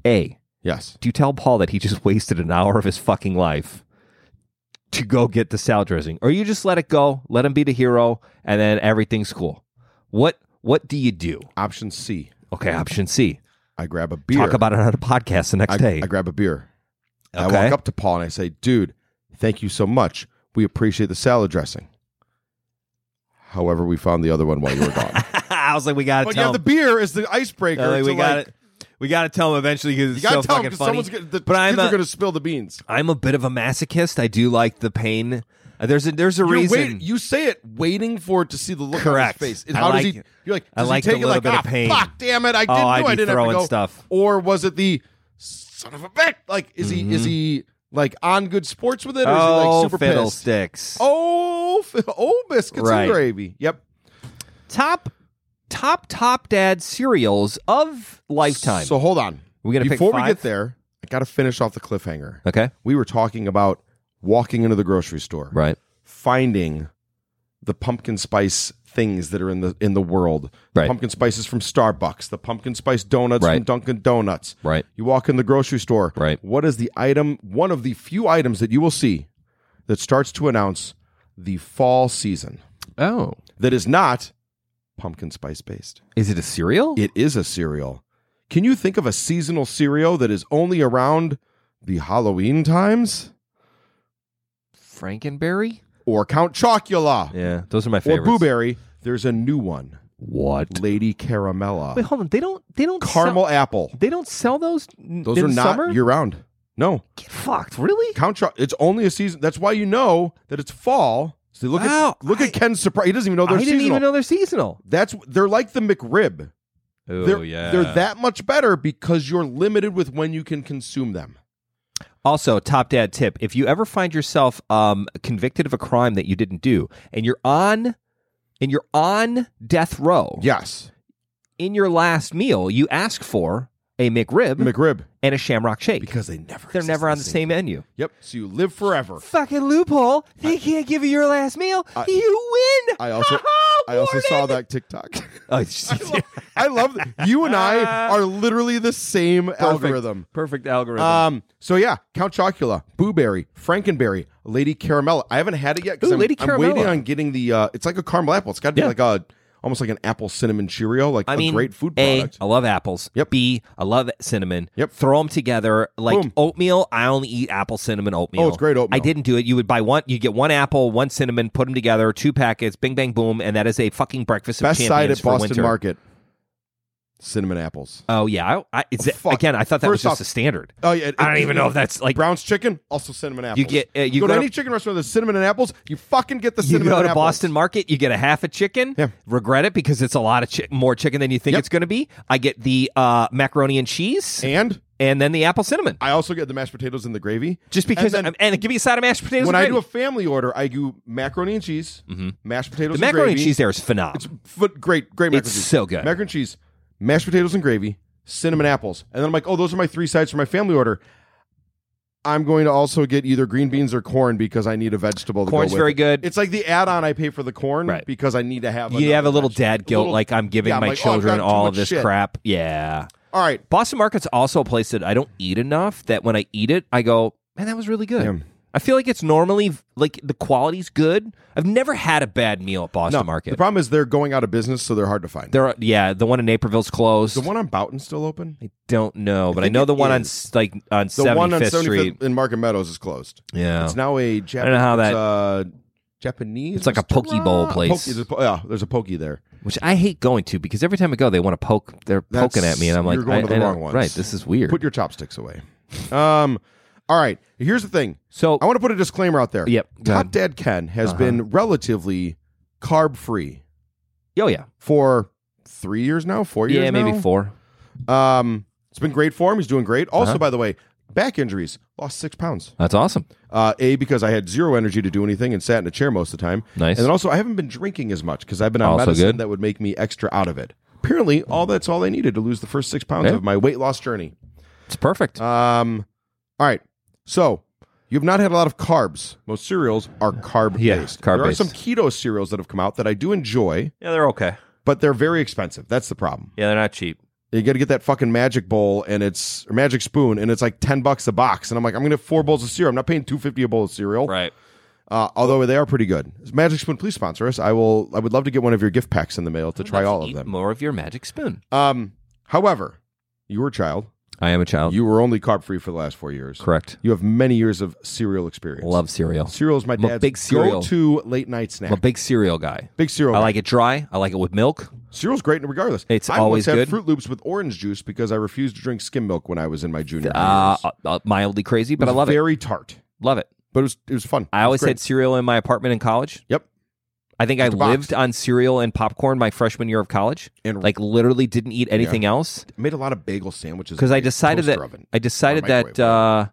B: A,
A: Yes.
B: do you tell Paul that he just wasted an hour of his fucking life to go get the salad dressing? Or you just let it go, let him be the hero, and then everything's cool. What what do you do?
A: Option C.
B: Okay, option C.
A: I grab a beer.
B: Talk about it on a podcast the next
A: I,
B: day.
A: I grab a beer. I
B: Okay.
A: walk up to Paul and I say, "Dude, thank you so much. We appreciate the salad dressing." However, we found the other one while you were gone.
B: I was like, we gotta
A: but yeah,
B: tell
A: the
B: him.
A: beer is the icebreaker.
B: Uh,
A: to
B: we got
A: like-
B: it. We gotta tell him eventually because
A: You
B: it's
A: gotta
B: so
A: tell
B: fucking
A: because
B: funny.
A: someone's gonna, the
B: but I'm
A: kids
B: a-
A: are gonna spill the beans.
B: I'm a bit of a masochist. I do like the pain. Uh, There's a there's a
A: You're
B: reason.
A: wait- you say it waiting for it to see the look
B: Correct.
A: on his face. And
B: I
A: how
B: like
A: does he?
B: it.
A: You're like,
B: I
A: does
B: like
A: he
B: the
A: take it
B: little
A: like,
B: bit of
A: ah,
B: pain."
A: fuck, damn it, I didn't
B: Oh, I'd
A: know I
B: be
A: didn't have to
B: throwing
A: go.
B: stuff.
A: Or was it the son of a bitch? Like, is he is he like on good sports with it? Or is he
B: Mm-hmm. oh,
A: like super pissed?
B: fiddlesticks.
A: Oh, fi- oh, biscuits
B: Right.
A: and gravy. Yep.
B: top, top, top dad cereals of lifetime.
A: So hold on.
B: We gotta pick
A: before we
B: five?
A: get there. I gotta finish off the cliffhanger.
B: okay,
A: We were talking about walking into the grocery store.
B: right,
A: finding the pumpkin spice things that are in the in the world. The
B: Right.
A: Pumpkin spices from Starbucks, the pumpkin spice donuts
B: Right.
A: from Dunkin' Donuts.
B: right.
A: You walk in the grocery store.
B: Right.
A: What is the item? One of the few items that you will see that starts to announce the fall season.
B: Oh,
A: That is not pumpkin spice based.
B: is it a cereal?
A: It is a cereal. Can you think of a seasonal cereal that is only around the Halloween times?
B: Frankenberry.
A: Or Count Chocula
B: Yeah, those are my
A: or
B: favorites.
A: Blueberry? There's a new one.
B: What?
A: Lady Caramella,
B: Wait, hold on. They don't. They don't.
A: caramel apple.
B: Sell, they don't sell those. n-
A: Those
B: in
A: are
B: the
A: not
B: summer?
A: year round. No,
B: Get fucked. Really?
A: Count Char- It's only a season. That's why you know that it's fall. So look
B: Wow,
A: at look
B: I-
A: at Ken's surprise. He doesn't even know
B: I
A: they're
B: didn't
A: seasonal.
B: even know they're seasonal.
A: That's they're like the McRib.
B: Oh
A: they're, they're that much better because you're limited with when you can consume them.
B: Also, top dad tip: if you ever find yourself um, convicted of a crime that you didn't do, and you're on, and you're on death row,
A: Yes,
B: in your last meal, you ask for a McRib
A: McRib
B: and a Shamrock Shake.
A: because they never
B: they're
A: exist
B: never
A: in
B: on the same menu.
A: Yep. So you live forever.
B: Fucking loophole! They can't give you your last meal.
A: I-
B: you win.
A: I also- I also saw that TikTok.
B: Oh, it's just-
A: I love that. you and I are literally the same algorithm.
B: Perfect algorithm.
A: Um. So yeah, Count Chocula, Booberry, Frankenberry, Lady Caramel. I haven't had it yet
B: Ooh,
A: I'm,
B: Lady
A: I'm waiting
B: Caramella.
A: on getting the. Uh, it's like a caramel apple. It's got to be
B: Yeah.
A: like a almost like an apple cinnamon Cheerio. Like a
B: I mean,
A: great food
B: A,
A: product.
B: I love apples.
A: Yep.
B: B, I love cinnamon.
A: Yep.
B: Throw them together like
A: Boom.
B: oatmeal. I only eat apple cinnamon oatmeal.
A: Oh, it's great oatmeal.
B: I didn't do it. You would buy one. You get one apple, one cinnamon, put them together, two packets, bing bang boom, and that is a fucking breakfast
A: Best
B: of
A: side
B: champions
A: at
B: for
A: Boston
B: winter.
A: Market. Cinnamon apples.
B: Oh yeah, I, I, it's,
A: Oh, fuck.
B: again. I thought that was
A: First
B: just
A: off-
B: a standard.
A: Oh yeah.
B: I don't even know if that's like
A: Brown's chicken, also cinnamon apples.
B: you get. Uh, you
A: go, to
B: go, to-
A: any chicken restaurant with cinnamon and apples, you fucking get the
B: you
A: cinnamon
B: go
A: and
B: to
A: apples.
B: Boston Market, you get a half a chicken.
A: Yeah.
B: Regret it because it's a lot of chi- more chicken than you think
A: Yep.
B: it's going to be. I get the uh, macaroni and cheese, and,
A: and
B: then the apple cinnamon.
A: I also get the mashed potatoes and the gravy.
B: Just because,
A: And
B: and,
A: then-
B: and give me a side of mashed potatoes.
A: when
B: and
A: I
B: gravy. Mm-hmm.
A: do a family order, I do macaroni and cheese, mashed potatoes,
B: the macaroni
A: and
B: and
A: gravy.
B: cheese there is phenomenal.
A: F- great, great macaroni.
B: It's
A: and cheese.
B: so good.
A: Macaroni and cheese, mashed potatoes and gravy, cinnamon apples, and then I'm like, oh, those are my three sides for my family order. I'm going to also get either green beans or corn because I need a vegetable. To go
B: Corn's
A: with
B: very
A: it.
B: good.
A: It's like the add-on I pay for the corn
B: Right.
A: because I need to have.
B: you
A: another
B: have a little
A: veg-
B: dad guilt,
A: little-
B: like I'm giving
A: Yeah, I'm
B: my
A: like, oh, I've
B: children
A: gotten too
B: all of
A: much
B: this
A: shit.
B: crap. Yeah,
A: All right,
B: Boston Market's also a place that I don't eat enough. That when I eat it, I go, man, that was really good.
A: Yeah.
B: I feel like it's normally like the quality's good. I've never had a bad meal at Boston
A: no. The
B: Market.
A: problem is they're going out of business, so they're hard to find.
B: there, are, yeah, the one in Naperville's closed.
A: the one on Boughton still open.
B: I don't know, but I,
A: think
B: know the
A: it
B: one on
A: is.
B: s- like on
A: The
B: Seventy
A: one on
B: Fifth Street.
A: in Market Meadows is closed.
B: Yeah,
A: It's now a Japanese.
B: don't know how that-
A: Uh, Japanese.
B: It's like a poke
A: restaurant?
B: bowl place.
A: Poke- there's a po- yeah, there's a poke there.
B: which I hate going to because every time I go, they want to poke. They're
A: That's-
B: poking at me, and I'm like,
A: you're going
B: I-
A: to the
B: I don't-
A: wrong ones.
B: Right, this is weird.
A: Put your chopsticks away. Um, all right. Here's the thing.
B: so
A: I want to put a disclaimer out there.
B: Yep, go
A: Top
B: ahead.
A: Dad Ken has
B: Uh-huh.
A: been relatively carb free
B: Oh yeah,
A: for three years now, four years
B: yeah, maybe
A: now.
B: four.
A: Um, it's been great for him. He's doing great. Also,
B: Uh-huh.
A: by the way, back injuries lost six pounds.
B: That's awesome.
A: Uh, a because I had zero energy to do anything and sat in a chair most of the time.
B: Nice.
A: And then also I haven't been drinking as much because I've been on
B: Also
A: medicine
B: good.
A: that would make me extra out of it. Apparently, all that's all I needed to lose the first six pounds
B: Yeah.
A: of my weight loss journey.
B: It's perfect.
A: Um, all right. So you've not had a lot of carbs. Most cereals are carb
B: Yeah,
A: based. there
B: carb-based.
A: are some keto cereals that have come out that I do enjoy,
B: yeah, they're okay.
A: but they're very expensive. That's the problem.
B: Yeah, they're not cheap.
A: You got to get that fucking magic bowl and it's or magic spoon and it's like ten bucks a box. And I'm like, I'm gonna have four bowls of cereal. I'm not paying two fifty a bowl of cereal.
B: Right.
A: Uh, although they are pretty good. Magic Spoon, please sponsor us. I will. I would love to get one of your gift packs in the mail to try all of them.
B: More of your magic spoon.
A: Um, however, you were a child.
B: I am a child.
A: You were only carb free for the last four years.
B: Correct.
A: You have many years of cereal experience.
B: Love cereal.
A: cereal is my
B: I'm a
A: dad's
B: big cereal-
A: go-to late night
B: I'm a
A: snack.
B: big cereal guy.
A: Big cereal.
B: I like it dry. I like it with milk.
A: cereal's great regardless.
B: It's
A: I
B: always
A: once had
B: good.
A: Fruit Loops with orange juice because I refused to drink skim milk when I was in my junior
B: Uh,
A: years.
B: uh, uh, mildly crazy, but I
A: was
B: love it.
A: Very tart,
B: Love it.
A: but it was it was fun.
B: I always
A: great.
B: had cereal in my apartment in college.
A: Yep.
B: I think I
A: Just a box. Oh.
B: lived on cereal and popcorn my freshman year of college.
A: And-
B: like literally didn't eat anything else
A: made a lot of bagel sandwiches
B: because
A: in
B: I
A: my
B: decided that
A: toaster oven.
B: I decided
A: microwave
B: that uh,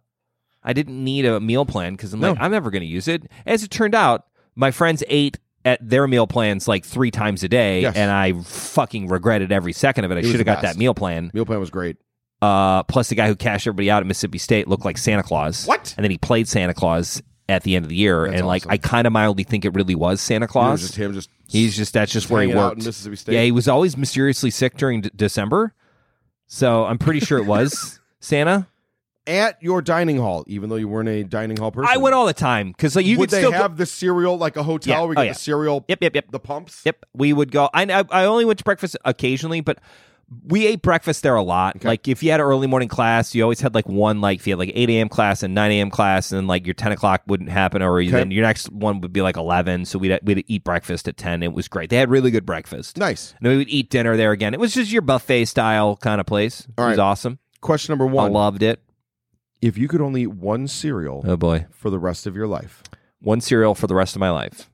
B: I didn't need a meal plan because I'm like
A: No.
B: I'm never going to use it. As it turned out, my friends ate at their meal plans like three times a day,
A: Yes.
B: and I fucking regretted every second of it. I
A: It was
B: should
A: the
B: have got
A: best.
B: that meal plan.
A: meal plan was great.
B: Uh, plus, the guy who cashed everybody out at Mississippi State looked like Santa Claus.
A: What?
B: And then he played Santa Claus at the end of the year,
A: That's
B: and like
A: awesome.
B: I kind of mildly think it really was Santa
A: It
B: Claus.
A: was just him, just
B: He's just that's just where he
A: hanging out
B: worked.
A: in Mississippi State.
B: Yeah, he was always mysteriously sick during D- December, so I'm pretty sure it was Santa.
A: at your dining hall, even though you weren't a dining hall person.
B: I went all the time because like you
A: Would
B: could
A: they
B: still
A: have the cereal like a hotel?
B: Yeah.
A: where We
B: Oh,
A: get
B: yeah.
A: the cereal,
B: Go, yep, yep, yep,
A: the pumps.
B: yep. We would go. I, I I only went to breakfast occasionally, but we ate breakfast there a lot.
A: Okay.
B: Like if you had an early morning class, you always had like one like if you had like eight a.m. class and nine a.m. class, and like your ten o'clock wouldn't happen, or
A: Okay.
B: then your next one would be like eleven. So we'd we'd eat breakfast at ten. It was great. They had really good breakfast.
A: Nice.
B: And then we would eat dinner there again. It was just your buffet style kind of place.
A: All
B: it was
A: right.
B: awesome.
A: Question number
B: I
A: one:
B: loved it.
A: If you could only eat one cereal
B: Oh boy,
A: for the rest of your life,
B: one cereal for the rest of my life.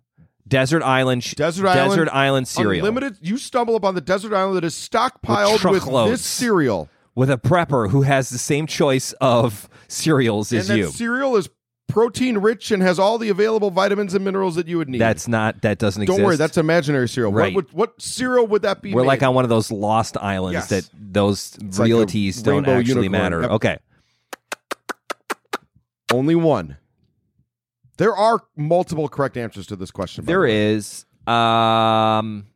B: Desert Island. sh-
A: Desert Island-
B: Desert Island cereal.
A: unlimited. You stumble upon the desert island that is stockpiled with,
B: truckloads.
A: this cereal,
B: with a prepper who has the same choice of cereals as
A: and that
B: you.
A: cereal is protein rich and has all the available vitamins and minerals that you would need.
B: That's not. That doesn't
A: don't
B: exist.
A: worry, that's imaginary cereal.
B: Right.
A: What, would, what cereal would that be?
B: we're
A: made?
B: like on one of those lost islands
A: Yes.
B: that those
A: like a
B: realities don't
A: rainbow
B: actually
A: unicorn.
B: matter.
A: Yep.
B: Okay,
A: only one. There are multiple correct answers to this question. by
B: there
A: the way.
B: is. Um,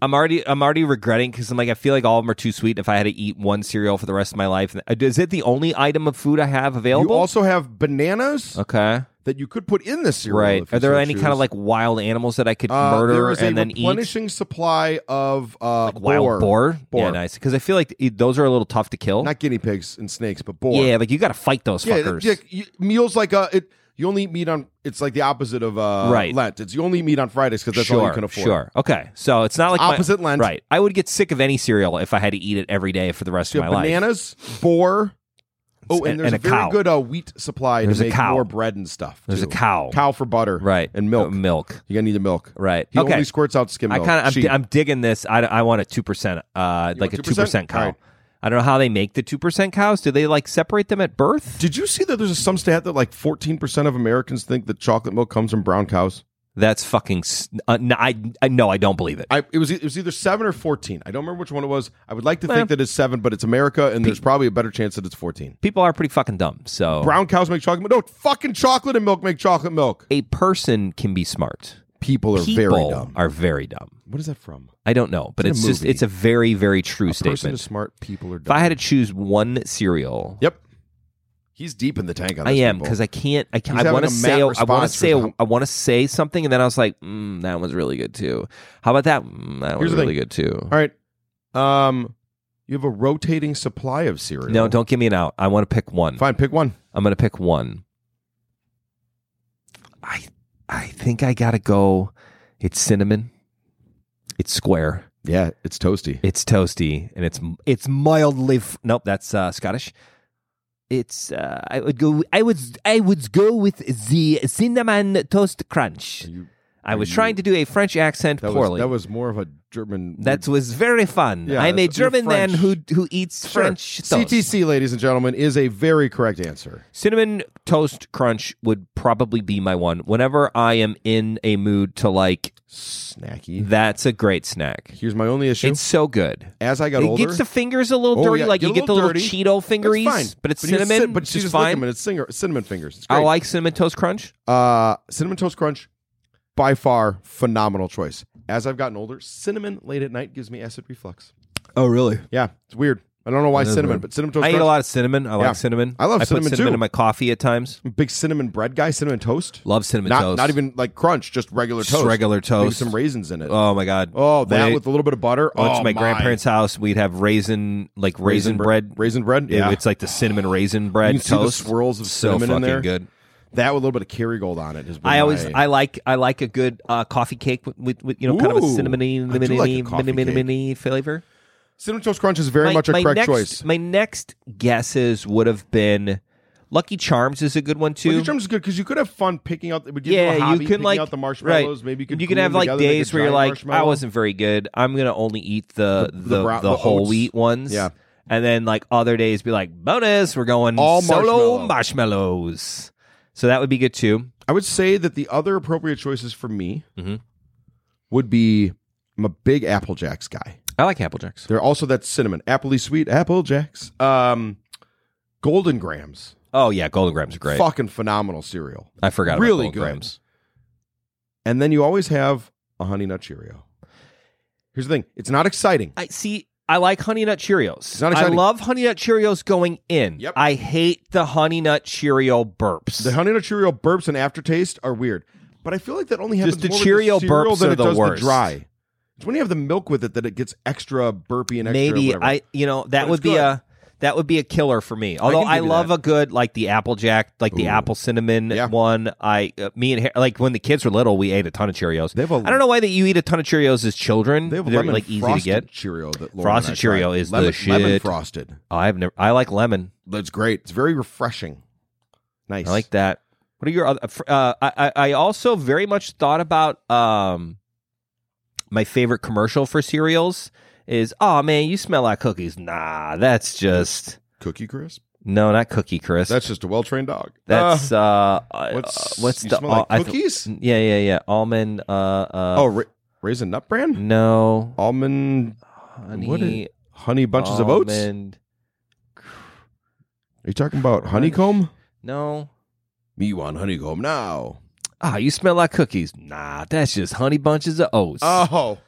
B: I'm already. I'm already regretting because I'm like I feel like all of them are too sweet. If I had to eat one cereal for the rest of my life, Uh, is it the only item of food I have
A: You
B: available?
A: also have bananas
B: okay,
A: that you could put in this cereal.
B: right.
A: if you
B: Are there
A: so
B: any kind
A: choose.
B: of like wild animals that I could
A: Uh, there
B: murder
A: is
B: and
A: a
B: then eat?
A: replenishing supply of uh, boar.
B: Wild boar? yeah,
A: Boar.
B: nice. Because I feel like th- those are a little tough to kill.
A: not guinea pigs and snakes, but boar.
B: Yeah, like you got to fight those
A: yeah.
B: fuckers.
A: yeah, you- meals like uh, it. You only eat meat on. It's like the opposite of uh,
B: Right.
A: Lent. It's you only eat meat on Fridays because that's
B: sure,
A: all you can afford.
B: sure. Okay, so it's not like my-
A: Opposite Lent.
B: right? I would get sick of any cereal if I had to eat it every day for the rest
A: So
B: of
A: you
B: my
A: have
B: life.
A: bananas, boar. Oh,
B: And-
A: and there's
B: and
A: a,
B: a
A: very
B: cow.
A: good uh, wheat supply
B: There's
A: to
B: a
A: make
B: cow.
A: more bread and stuff.
B: There's a
A: too.
B: cow.
A: cow for butter,
B: right?
A: and milk.
B: Uh, milk,
A: You gotta need the milk.
B: right?
A: He
B: okay,
A: only squirts out skim
B: I
A: milk.
B: kind of I'm,
A: Sheep.
B: I'm digging this. I, I want a two percent, uh, like a
A: want
B: two
A: 2%?
B: percent cow.
A: All right.
B: I don't know how they make the two percent cows. Do they like separate them at birth?
A: Did you see that there's some stat that like 14% of Americans think that chocolate milk comes from brown cows?
B: That's fucking. s- Uh, no, I, I no, I don't believe it.
A: I, it was e, it was either 7 or 14. I don't remember which one it was. I would like to
B: Well.
A: think that it's 7, but it's America and there's probably a better chance that it's 14.
B: People are pretty fucking dumb. So
A: Brown cows make chocolate milk. No, fucking chocolate and milk make chocolate milk.
B: a person can be smart.
A: People are
B: People
A: very dumb.
B: are very dumb.
A: What is that from?
B: I don't know, but
A: Is it
B: it's
A: a
B: just
A: movie?
B: it's a very very true
A: Person
B: statement.
A: is smart, people are
B: If I
A: dumb.
B: had to choose one cereal,
A: yep. He's deep in the tank on
B: I
A: this.
B: am
A: people.
B: because I can't. I can't,
A: He's
B: I
A: having
B: want
A: a
B: to say.
A: mad
B: I want
A: response
B: to say.
A: from-
B: I want to say something, and then I was like, mm, that one's really good too. How about that? Mm, that
A: Here's
B: one's
A: the
B: really good too.
A: All right. Um you have a rotating supply of cereal.
B: No, don't give me an out. I want to pick one.
A: Fine, pick one.
B: I'm going to pick one. I I think I gotta go. It's cinnamon. It's square.
A: Yeah, it's toasty.
B: It's toasty and it's it's mildly f- nope. That's uh, Scottish. It's uh, I would go. I would I would go with the cinnamon toast crunch.
A: Are you-
B: I was
A: you-
B: trying to do a French accent
A: That
B: poorly.
A: Was, that was more of a German.
B: That was very fun.
A: Yeah,
B: I'm a
A: that's- you're
B: German man who
A: French.
B: who eats
A: Sure.
B: French toast.
A: CTC, ladies and gentlemen, is a very correct answer.
B: Cinnamon toast crunch would probably be my one. Whenever I am in a mood to like,
A: Snacky.
B: that's a great snack.
A: Here's my only issue.
B: It's so good.
A: As I got
B: it
A: older,
B: gets the fingers a little
A: Oh,
B: dirty,
A: yeah,
B: like
A: get a
B: you get the
A: little
B: little
A: dirty.
B: Cheeto fingeries,
A: It's fine.
B: but it's
A: you just
B: cinnamon.
A: sit- but you
B: which is
A: just lick
B: fine.
A: 'em and it's cinger- cinnamon fingers. It's
B: I
A: great.
B: like cinnamon toast crunch.
A: uh, cinnamon toast crunch. By far, phenomenal choice. As I've gotten older, cinnamon late at night gives me acid reflux.
B: Oh, really?
A: Yeah, it's weird. I don't know why cinnamon,
B: weird.
A: but cinnamon toast.
B: I eat
A: crunch,
B: a lot of cinnamon. I
A: Yeah.
B: like cinnamon.
A: I love cinnamon,
B: put cinnamon
A: too.
B: in my coffee at times.
A: I'm a Big cinnamon bread guy, cinnamon toast.
B: Love cinnamon
A: not
B: toast.
A: not even like crunch, just regular
B: Just
A: toast.
B: regular
A: Maybe
B: toast.
A: some raisins in it.
B: Oh my god.
A: oh, that
B: When I
A: with a little bit of butter.
B: went to
A: oh
B: my, grandparents' house, we'd have raisin like raisin,
A: bre-
B: bread.
A: Raisin bread. Yeah,
B: It's like the cinnamon raisin bread
A: you can see the
B: toast.
A: swirls of
B: so
A: cinnamon in
B: fucking
A: there.
B: good.
A: that with a little bit of Kerrygold on it. Has been
B: I always
A: my-
B: I like I like a good uh, coffee cake with, with, with you know kind of a
A: Ooh,
B: cinnamony
A: I do
B: mini
A: like a
B: mini
A: coffee
B: mini, mini
A: cake.
B: mini flavor.
A: cinnamon toast crunch is very much a correct
B: next,
A: choice.
B: My next guesses would have been Lucky Charms is a good one too.
A: Lucky Charms is good because you could have fun picking out. It would give
B: yeah,
A: you, a hobby,
B: can
A: picking
B: like
A: out the marshmallows.
B: right.
A: Maybe you could
B: you can
A: glue
B: have
A: them
B: like
A: together, make a
B: days where you're
A: giant
B: like, I
A: marshmallow.
B: wasn't very good. I'm gonna only eat the the
A: the
B: the,
A: brown- the
B: whole
A: oats.
B: wheat ones.
A: Yeah.
B: and then like other days be like, bonus, we're going
A: All
B: solo
A: marshmallow.
B: marshmallows. So that would be good too.
A: I would say that the other appropriate choices for me
B: Mhm.
A: would be I'm a big Apple Jacks guy.
B: I like apple jacks.
A: They're also that cinnamon, appley sweet Apple Jacks. Um, Golden Grams,
B: Oh yeah, golden grams are great.
A: fucking phenomenal cereal.
B: I forgot
A: really
B: about
A: good.
B: golden grams.
A: And then you always have a Honey Nut Cheerio. Here's the thing: it's not exciting.
B: I see. I like Honey Nut Cheerios.
A: not
B: I
A: exciting.
B: love Honey Nut Cheerios going in.
A: Yep.
B: I hate the Honey Nut Cheerio burps.
A: The Honey Nut Cheerio burps and aftertaste are weird, but I feel like that only happens
B: Just the
A: more with
B: Cheerio
A: the cereal
B: burps
A: than
B: are
A: it
B: the
A: does
B: worst.
A: the dry. It's when you have the milk with it that it gets extra burpy and extra.
B: Maybe
A: whatever.
B: I you know that
A: it's
B: would be
A: good.
B: a that would be a killer for me. Although
A: can
B: I,
A: give you
B: love
A: that.
B: a good like the apple jack, like the
A: Ooh.
B: apple cinnamon
A: Yeah.
B: one. I uh, me and Har- like when the kids were little, we ate a ton of Cheerios.
A: They have a-
B: I don't know why that you eat a ton of Cheerios as children.
A: They have a
B: They're
A: lemon
B: like easy to
A: frosted
B: get.
A: Cheerio that Laura and
B: Frosted
A: I tried.
B: Cheerio is the
A: lemon, Lemon
B: shit.
A: frosted.
B: I've never. I like lemon.
A: That's great. It's very refreshing. Nice.
B: I like that. What are your other? fr- Uh, I I I also very much thought about um my favorite commercial for cereals is oh man you smell like cookies nah that's just
A: cookie crisp.
B: no not cookie crisp
A: That's just a well-trained dog.
B: that's
A: Uh,
B: uh, uh,
A: what's
B: uh, what's
A: you
B: the
A: smell like
B: I th-
A: cookies?
B: yeah yeah yeah almond uh uh
A: oh, ra- raisin nut bran,
B: no
A: almond,
B: honey
A: what is- honey bunches of oats. Are
B: almond.
A: you talking about honeycomb?
B: no
A: Me want honeycomb now.
B: ah you smell like cookies nah that's just honey bunches of oats
A: Oh,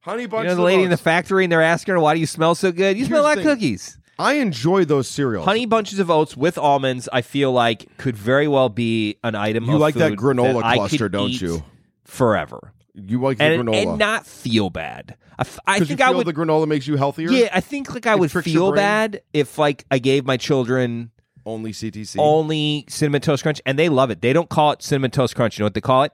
A: honey
B: you
A: bunches.
B: know the lady
A: of
B: in the
A: oats.
B: factory and they're asking her why do you smell so good you
A: Here's
B: smell
A: the
B: like
A: thing.
B: cookies
A: I enjoy those cereals.
B: honey bunches of oats with almonds i feel like could very well be an item
A: You
B: of
A: like that
B: food
A: granola
B: that I could
A: cluster, don't
B: eat
A: you?
B: forever
A: You like the
B: and,
A: granola
B: and not feel bad I f I I
A: 'Cause you
B: think i
A: feel
B: would
A: the granola makes you healthier.
B: Yeah, I think like I
A: It
B: would
A: tricks your
B: feel
A: brain.
B: bad if like I gave my children
A: only CTC.
B: only cinnamon toast crunch, and they love it. They don't call it cinnamon toast crunch. You know what they call it?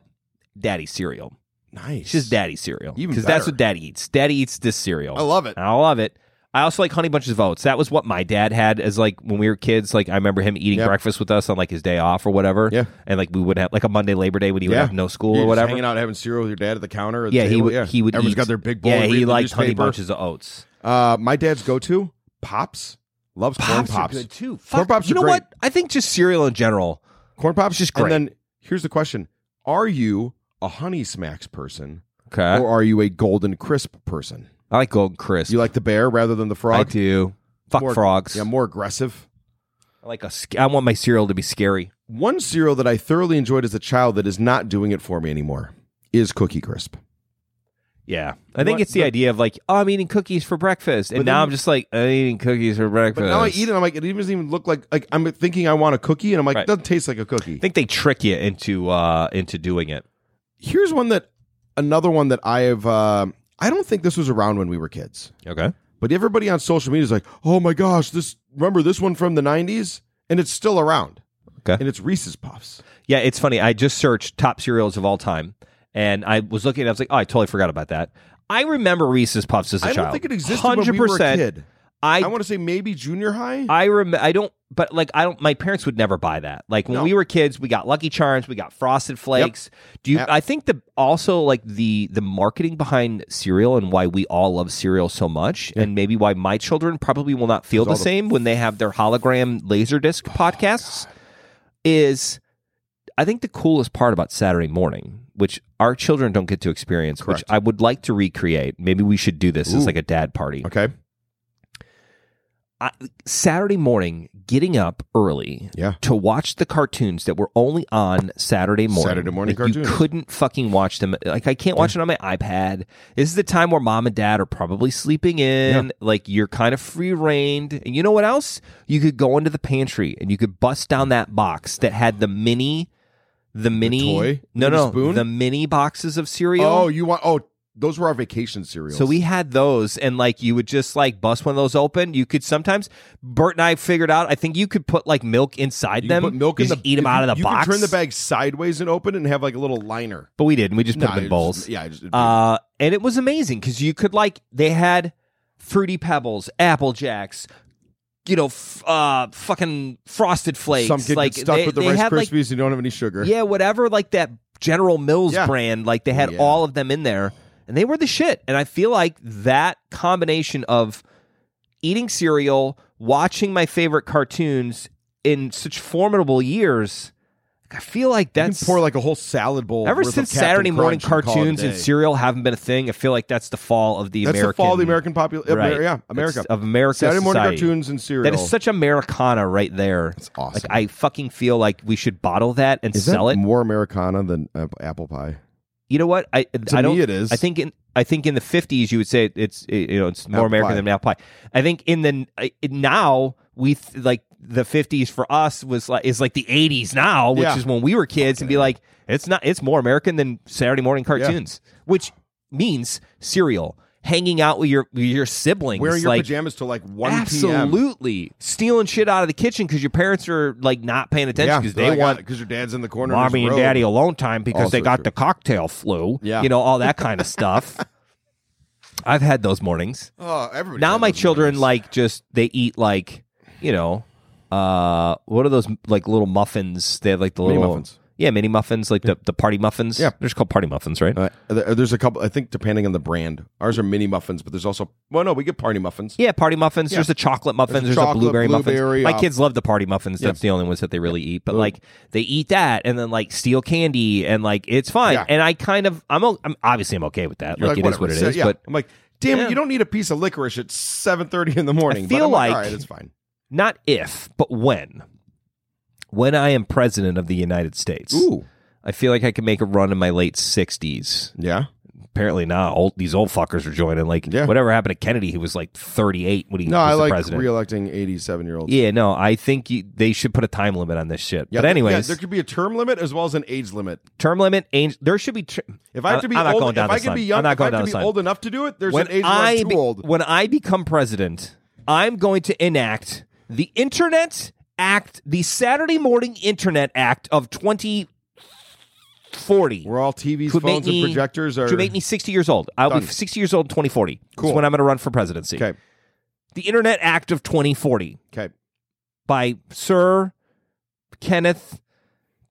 B: Daddy cereal.
A: nice.
B: It's just daddy cereal
A: Even
B: because that's
A: better.
B: what daddy eats. Daddy eats this cereal.
A: I love it.
B: And I love it. I also like honey bunches of oats. That was what my dad had as like when we were kids. Like I remember him eating
A: Yep.
B: breakfast with us on like his day off or whatever.
A: Yeah.
B: and like we would have like a Monday Labor Day when he would
A: Yeah.
B: have no school
A: You're
B: or
A: just
B: whatever.
A: Hanging out having cereal with your dad at the counter. or the
B: yeah, he
A: table.
B: would. He would.
A: Everyone's
B: eat-
A: got their big bowl.
B: Yeah,
A: and
B: he
A: reading the
B: liked honey
A: newspaper.
B: bunches of oats.
A: Uh, my dad's go-to pops. Loves corn
B: are
A: pops.
B: good too.
A: Corn
B: Fuck,
A: Pops
B: You
A: are
B: know
A: great.
B: what? I think just cereal in general.
A: Corn pops
B: Just great.
A: And then here's the question: Are you a Honey Smacks person
B: Okay.
A: or are you a Golden Crisp person?
B: I like Golden Crisp.
A: You like the bear rather than the
B: I
A: frog?
B: do. Fuck
A: More-
B: frogs.
A: Yeah, more aggressive.
B: I like a. sc- I want my cereal to be scary.
A: One cereal that I thoroughly enjoyed as a child that is not doing it for me anymore is Cookie Crisp.
B: Yeah, I think
A: want
B: it's the,
A: the-
B: idea of like, oh, I'm eating cookies for breakfast, and
A: But
B: now
A: then-
B: I'm just like, I'm eating cookies for breakfast.
A: But now I eat it, I'm like, it even doesn't even look like like I'm thinking I want a cookie, and I'm like,
B: Right.
A: it doesn't taste like a cookie.
B: I think they trick you into uh into doing it.
A: Here's one that another one that I have. Uh, I don't think this was around when we were kids,
B: Okay.
A: but everybody on social media is like, oh my gosh, this remember this one from the '90s, and it's still around.
B: Okay.
A: and it's Reese's Puffs.
B: Yeah, it's funny. I just searched top cereals of all time, and I was looking. and I was like, oh, I totally forgot about that. I remember Reese's Puffs as a
A: I
B: child.
A: don't think it existed when we were a
B: 100%.
A: kid.
B: I
A: I want to say maybe junior high.
B: I rem I don't but like I don't my parents would never buy that. Like when
A: No.
B: we were kids, we got Lucky Charms, we got Frosted Flakes. Do you
A: Yep.
B: I think the also like the the marketing behind cereal and why we all love cereal so much and maybe why my children probably will not feel the,
A: all the- Oh
B: same when they have their hologram laserdisc podcasts is I think the coolest part about Saturday morning, which our children don't get to experience,
A: Correct.
B: which I would like to recreate. Maybe we should do this
A: Ooh.
B: as like a dad party.
A: okay,
B: I, Saturday morning, getting up early
A: Yeah.
B: to watch the cartoons that were only on Saturday morning.
A: Saturday morning
B: Like,
A: cartoons.
B: You couldn't fucking watch them. Like I can't watch it on my iPad. This is the time where mom and dad are probably sleeping in. Like you're kind of free reined. And you know what else? You could go into the pantry and you could bust down that box that had the mini, the mini
A: toy?
B: No,
A: Mini
B: no,
A: spoon?
B: the mini boxes of cereal.
A: oh, you want? Oh, those were our vacation cereals.
B: So we had those, and like you would just like bust one of those open. You could sometimes Bert and I figured out. I think you could put like milk inside
A: You
B: them.
A: put milk
B: you
A: in
B: just
A: the,
B: eat them
A: if
B: out
A: you-
B: of the
A: you could
B: box.
A: turn the bag sideways and open it and have like a little liner.
B: but we didn't. We just put
A: Nah,
B: them
A: it's-
B: in bowls.
A: Yeah, it's-
B: Uh, and it was amazing because you could like they had fruity pebbles, apple jacks, you know, f- uh, fucking frosted flakes.
A: some kid
B: like
A: gets stuck
B: they,
A: with the
B: they
A: Rice
B: had like
A: Krispies and don't have any sugar.
B: yeah, whatever, like that General Mills
A: Yeah.
B: brand, like they had
A: Yeah.
B: all of them in there, and they were the shit. And I feel like that combination of eating cereal, watching my favorite cartoons in such formidable years, I feel like
A: you can
B: that's
A: pour like a whole salad bowl.
B: ever
A: worth of
B: since
A: Captain
B: Saturday morning
A: Crunch call it a
B: cartoons and
A: day.
B: cereal haven't been a thing. I feel like that's the fall of the
A: That's
B: American
A: the fall of the American population.
B: Right.
A: Yeah,
B: That's
A: America.
B: of America
A: Saturday morning
B: society.
A: cartoons and cereal.
B: That is such Americana right there.
A: It's awesome.
B: Like I fucking feel like we should bottle that and sell it.
A: more Americana than uh, apple pie?
B: you know what? I
A: To
B: I don't.
A: me, it is.
B: I think in I think in the fifties you would say it's you know it's more
A: Apple
B: American
A: pie.
B: than apple pie. I think in the I- now we th- like the fifties for us was like is like the eighties now, which
A: Yeah.
B: is when we were kids, and be like it's not it's more American than Saturday morning cartoons, which means cereal, hanging out with your with your siblings,
A: Wearing your
B: like
A: pajamas till like one p.m.
B: absolutely stealing shit out of the kitchen because your parents are like not paying attention because they want
A: because your dad's in the corner.
B: mommy
A: on his
B: and
A: road.
B: daddy alone time because
A: Also
B: they got
A: true.
B: the cocktail flu.
A: Yeah.
B: you know all that kind of stuff. I've had those mornings
A: Oh, everybody.
B: now
A: has
B: my
A: those
B: children
A: mornings.
B: like just they eat like you know uh what are those like little muffins they have like the
A: Mini
B: little
A: muffins.
B: yeah mini muffins like the, the party muffins
A: Yeah.
B: they're just called party muffins right
A: Uh, there- there's a couple. I think depending on the brand, ours are mini muffins, but there's also well, no, we get party muffins.
B: yeah party muffins
A: Yeah.
B: there's the chocolate muffins
A: There's
B: there's,
A: chocolate,
B: a blueberry,
A: blueberry,
B: muffins my
A: uh,
B: kids love the party muffins
A: yeah.
B: that's the only ones that they really eat but like they eat that and then like steal candy and like it's fine
A: Yeah.
B: and I kind of I'm, o- I'm obviously I'm okay with that
A: You're
B: like, it is
A: whatever,
B: what it
A: so-
B: is
A: yeah.
B: but
A: I'm like, damn it,
B: Yeah.
A: you don't need a piece of licorice at 7:30 in the morning. but
B: feel
A: I'm
B: like-
A: all right, it's fine.
B: not if but when when I am president of the United States I feel like I can make a run in my late 60s.
A: yeah,
B: Apparently now old, these old fuckers are joining. Like
A: Yeah.
B: whatever happened to Kennedy, he was like 38 when he
A: no,
B: was
A: I
B: the
A: like
B: president.
A: reelecting 87 year olds.
B: yeah, no, I think you, they should put a time limit on this shit.
A: Yeah,
B: but
A: th-
B: anyways,
A: yeah, there could be a term limit as well as an age limit.
B: term limit, age, there should be. Tr-
A: If I have to be
B: I'm not
A: old,
B: going down
A: if I
B: this
A: can be
B: line.
A: young,
B: I'm not
A: if I
B: going
A: have
B: down
A: to
B: this
A: be
B: line.
A: old enough to do it, there's
B: when
A: an age where I'm
B: I
A: too
B: be-
A: old.
B: when I become president, I'm going to enact the Internet Act, the Saturday Morning Internet Act of 2040.
A: We're all TVs,
B: Could make
A: phones,
B: me-
A: and projectors are
B: To make me 60 years old. I'll
A: Done.
B: be 60 years old in 2040.
A: Cool.
B: That's when I'm going to run for presidency.
A: okay.
B: The Internet Act of 2040
A: Okay,
B: by Sir Kenneth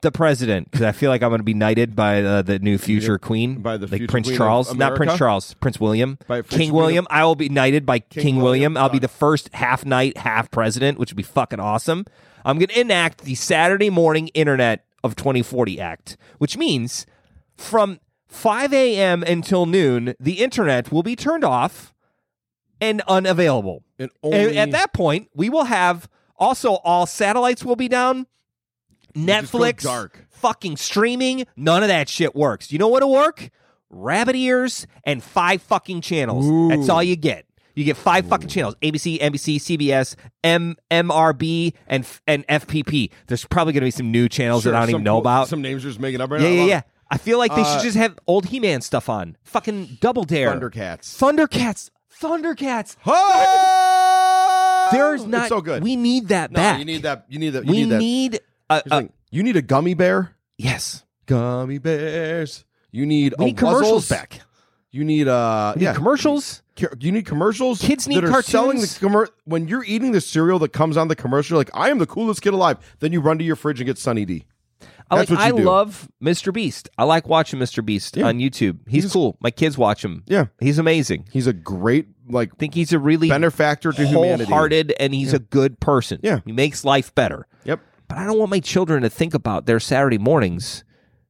B: the President, because I feel like I'm going to be knighted by uh, the new future queen.
A: by the
B: like
A: future
B: Prince
A: queen of
B: Charles. Not Prince
A: America?
B: Charles, Prince William.
A: By Prince
B: King
A: William-
B: William. I will be knighted by King,
A: William,
B: William. I'll be
A: done.
B: the first half knight, half president, which would be fucking awesome. I'm going to enact the Saturday Morning Internet of 2040 Act, which means from 5 a.m. until noon, the internet will be turned off and unavailable.
A: and
B: And
A: only
B: at that point, we will have also all satellites will be down.
A: just go
B: Netflix,
A: dark.
B: fucking streaming, none of that shit works. You know what'll work? Rabbit ears and five fucking channels. That's all you get. You get five fucking channels: ABC, NBC, CBS, M- MRB, and f- and FPP. There's probably going to be some new channels
A: Sure,
B: that I don't
A: some
B: even know
A: cool-
B: about.
A: Some names are just making up right
B: yeah,
A: now.
B: yeah,
A: I
B: yeah.
A: love
B: I feel like they
A: Uh,
B: should just have old He-Man stuff on. Fucking Double Dare,
A: it. Thundercats.
B: Thundercats, Thundercats.
A: Oh!
B: There's not
A: it's so good.
B: We need that
A: no,
B: back.
A: you need that. You need that. You
B: we
A: need that. Uh,
B: need a,
A: Here's the
B: a-
A: thing. you need a gummy bear.
B: yes.
A: Gummy bears. You need
B: We
A: a
B: need commercials
A: Wuzzles.
B: back.
A: You need uh
B: We need
A: yeah.
B: commercials.
A: Ca- you need commercials.
B: Kids need
A: that are selling the
B: cartoons.
A: commer- when you're eating the cereal that comes on the commercial. Like I am the coolest kid alive. Then you run to your fridge and get Sunny D.
B: I,
A: That's
B: like,
A: what you
B: I
A: do.
B: love Mr. Beast. I like watching Mr. Beast
A: Yeah.
B: on YouTube. He's, cool. My kids watch him.
A: Yeah.
B: He's amazing.
A: He's a great like
B: I think he's a really
A: benefactor to humanity.
B: wholehearted and he's a good person.
A: Yeah.
B: He makes life better.
A: Yep.
B: But I don't want my children to think about their Saturday mornings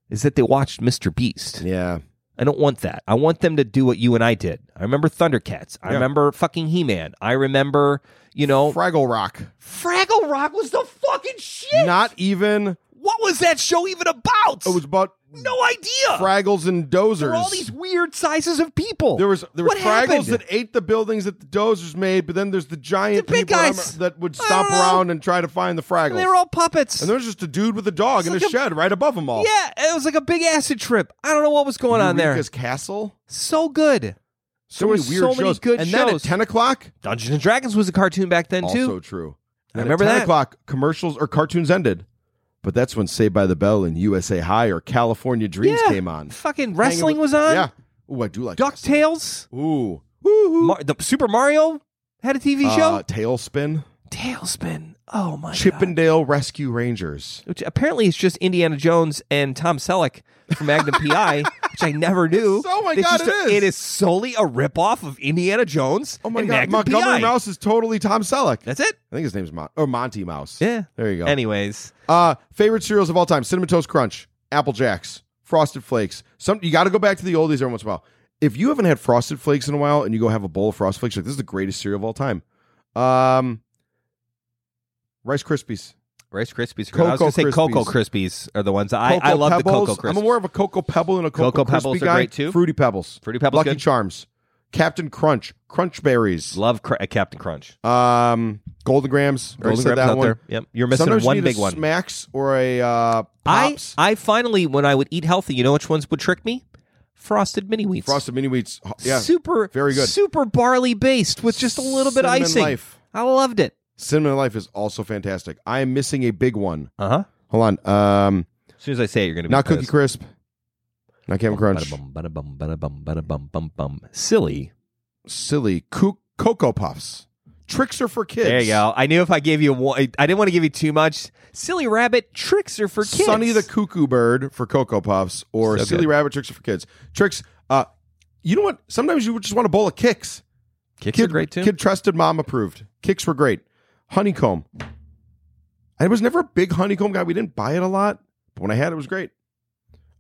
B: is that they watched Mr. Beast.
A: Yeah.
B: I don't want that. I want them to do what you and I did. I remember Thundercats. I
A: Yeah.
B: remember fucking He Man. I remember, you know,
A: Fraggle Rock.
B: Fraggle Rock was the fucking shit.
A: Not even.
B: What was that show even about?
A: It was about
B: no idea.
A: Fraggles and Dozers.
B: there were all these weird sizes of people.
A: There was there were
B: what
A: Fraggles
B: happened?
A: that ate the buildings that the Dozers made, but then there's the giant
B: The big
A: people
B: guys.
A: that- that would
B: I
A: stomp
B: don't know.
A: around and try to find the Fraggles.
B: And they were all puppets.
A: and there's just a dude with a dog in
B: It's
A: a
B: like a-
A: shed right above them all.
B: yeah, it was like a big acid trip. I don't know what was going on there.
A: Eureka's Castle.
B: So good.
A: So
B: There were
A: many weird
B: so many
A: shows.
B: good
A: and then at
B: shows.
A: ten o'clock,
B: Dungeons and Dragons was a cartoon back then
A: also
B: too.
A: true.
B: I
A: And then
B: remember
A: at ten
B: that.
A: o'clock commercials or cartoons ended, but that's when Saved by the Bell and USA High or California Dreams
B: Yeah.
A: came on.
B: Fucking
A: Hanging
B: wrestling
A: with-
B: was on.
A: Yeah. Ooh, I do like
B: Ducktales.
A: Ooh. Woo-hoo.
B: Mar- the Super Mario had a TV
A: Uh,
B: show.
A: Tailspin.
B: Tailspin. Oh my god.
A: Chippendale Rescue Rangers.
B: which apparently is just Indiana Jones and Tom Selleck from Magnum PI, which I never knew.
A: Oh my
B: It's
A: God,
B: just a-
A: it is.
B: It is solely a ripoff of Indiana Jones.
A: Oh my
B: and
A: god,
B: Magnum
A: Montgomery
B: PI.
A: Mouse is totally Tom Selleck.
B: That's it.
A: I think his name's Mon- or Monty Mouse.
B: Yeah.
A: There you go.
B: Anyways,
A: Uh, favorite cereals of all time: Cinnamon Toast Crunch, Apple Jacks, Frosted Flakes. Some you got to go back to the oldies every once in a while. If you haven't had Frosted Flakes in a while, and you go have a bowl of Frosted Flakes, like this is the greatest cereal of all time. Um, Rice Krispies,
B: Rice Krispies. are good. I was
A: Cocoa
B: going to say Cocoa Krispies are the ones that I, I love
A: Pebbles.
B: the Cocoa
A: I'm
B: Krispies.
A: more of a Cocoa Pebble and a Cocoa,
B: Cocoa Pebbles
A: Krispie
B: are
A: guy.
B: great, too.
A: Fruity Pebbles,
B: Fruity Pebbles
A: Lucky
B: good.
A: Charms, Captain Crunch, Crunch Berries,
B: love Cr- uh, Captain Crunch.
A: um, Golden Grams. Already
B: Golden
A: said
B: Grabs
A: that
B: out
A: one.
B: there. Yep. You're missing
A: Sometimes you
B: one
A: need
B: big
A: a
B: one.
A: Smacks or a uh,
B: I
A: pops.
B: I finally when I would eat healthy, you know which ones would trick me? frosted mini wheats.
A: Frosted mini wheats. ho- Yeah.
B: super
A: very good.
B: super barley based with just a little bit
A: Cinnamon
B: icing.
A: Life.
B: I loved it.
A: Cinnamon Life is also fantastic. I am missing a big one.
B: Uh huh.
A: Hold on. Um,
B: As soon as I say it, you're gonna be
A: not Cookie
B: pissed.
A: Crisp. Not Captain Crunch.
B: Bada-bum, bada-bum, bada-bum, bada-bum, bum, bum. Silly.
A: Silly. Coo- Cocoa Puffs. Tricks are for kids.
B: There you go. I knew if I gave you one, I didn't want to give you too much. Silly rabbit tricks are for kids.
A: Sonny the Cuckoo Bird for Cocoa Puffs or
B: So
A: Silly
B: good.
A: Rabbit Tricks are for kids. Tricks. Uh, you know what? Sometimes you just want a bowl of kicks.
B: Kicks
A: Kid,
B: are great too.
A: Kid trusted, mom approved. Kicks were great. Honeycomb. I was never a big honeycomb guy. We didn't buy it a lot, but when I had it, it was great.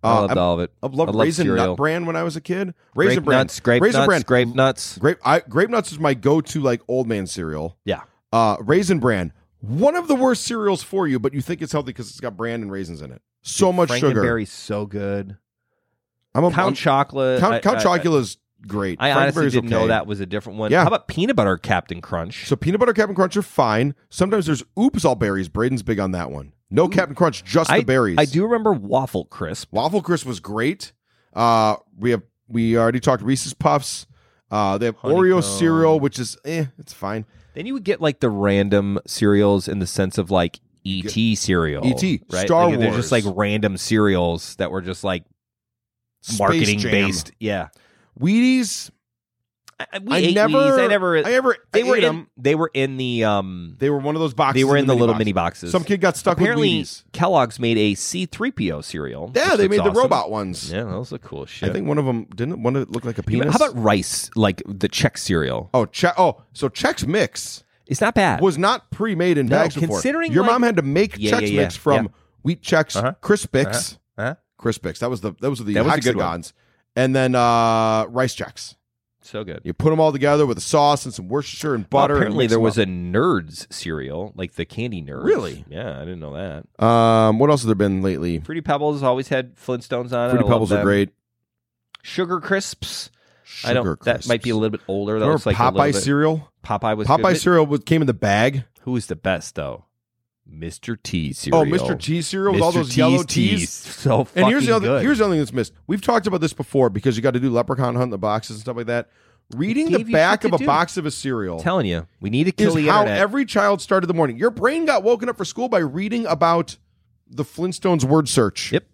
B: I
A: Uh,
B: loved
A: I'm-
B: all of it.
A: I loved
B: I loved
A: raisin
B: cereal.
A: nut brand when I was a kid. Raisin
B: Grape
A: brand,
B: nuts, grape
A: Raisin
B: nuts,
A: bran.
B: grape nuts.
A: grape I, grape nuts is my go-to like old man cereal.
B: Yeah.
A: Uh, raisin bran, one of the worst cereals for you, but you think it's healthy because it's got bran and raisins in it. So much sugar.
B: Frankenberry's so good.
A: I'm a
B: Count
A: I'm-
B: chocolate.
A: Count, Count
B: I,
A: Chocula is great.
B: I, I honestly
A: Frankenberry's
B: didn't know
A: okay.
B: that was a different one.
A: Yeah.
B: How about peanut butter Captain Crunch?
A: So peanut butter Captain Crunch are fine. Sometimes there's oops all berries. Braden's big on that one. No Captain Crunch, just the berries.
B: I do remember waffle crisp.
A: Waffle Crisp was great. Uh, we have we already talked Reese's Puffs. Uh, they have Oreo
B: Honeycomb.
A: cereal, which is eh, it's fine.
B: Then you would get like the random cereals in the sense of like ET cereal,
A: E.T.,
B: right?
A: E Star
B: Like, They're just like
A: Wars.
B: random cereals that were just like
A: Space
B: marketing
A: Jam.
B: based. Yeah,
A: Wheaties.
B: I, I- we
A: I
B: ate
A: never,
B: these. I never.
A: I ever.
B: they were in.
A: them.
B: They were in the um.
A: They were one of those boxes.
B: They were in the little
A: box.
B: mini boxes.
A: Some kid got stuck
B: Apparently,
A: with Wheaties.
B: Kellogg's made a C three PO cereal.
A: Yeah,
B: which
A: they
B: looks
A: made the
B: awesome.
A: robot ones.
B: Yeah, that was a cool shit.
A: I think one of them didn't. One of it look like a
B: You
A: penis.
B: know- How about rice, like the Czech cereal?
A: oh, che- oh, so Chex Mix.
B: It's not bad.
A: was not pre-made in
B: No,
A: bags before.
B: considering,
A: your
B: like-
A: mom had to make
B: Yeah,
A: Chex
B: yeah, yeah,
A: Mix from
B: yeah.
A: wheat Chex
B: Uh-huh.
A: Crispix,
B: Uh-huh. Uh-huh.
A: Crispix. That was the those were the
B: That was a good one.
A: hexagons, and then uh, rice Chex.
B: so good.
A: You put them all together with a sauce and some Worcestershire and butter.
B: Well, apparently,
A: and
B: there was a Nerds cereal, like the candy Nerds.
A: Really?
B: Yeah, I didn't know that.
A: a um. What else has there been lately?
B: Fruity Pebbles always had Flintstones on it.
A: Fruity
B: I love
A: Pebbles are
B: them.
A: great.
B: Sugar Crisps.
A: Sugar
B: I don't. That
A: Crisps.
B: might be a little bit older. That
A: Remember
B: looks like a little
A: Popeye
B: bit-
A: cereal?
B: Popeye was good,
A: Popeye
B: but
A: cereal was, came in the bag.
B: Who was the best though? Mr. T cereal.
A: Oh, Mr. T cereal with
B: Mr.
A: all those
B: T's
A: yellow
B: teas.
A: teas.
B: So fucking
A: And here's the other
B: good.
A: here's the other thing that's missed. We've talked about this before because you got to do leprechaun hunt in the boxes and stuff like that. Reading the
B: gave you
A: back
B: shit
A: of
B: to
A: a
B: do.
A: box of a cereal
B: I'm telling you, we need to kill
A: is
B: the
A: how
B: internet.
A: every child started the morning. Your brain got woken up for school by reading about the Flintstones word search.
B: Yep.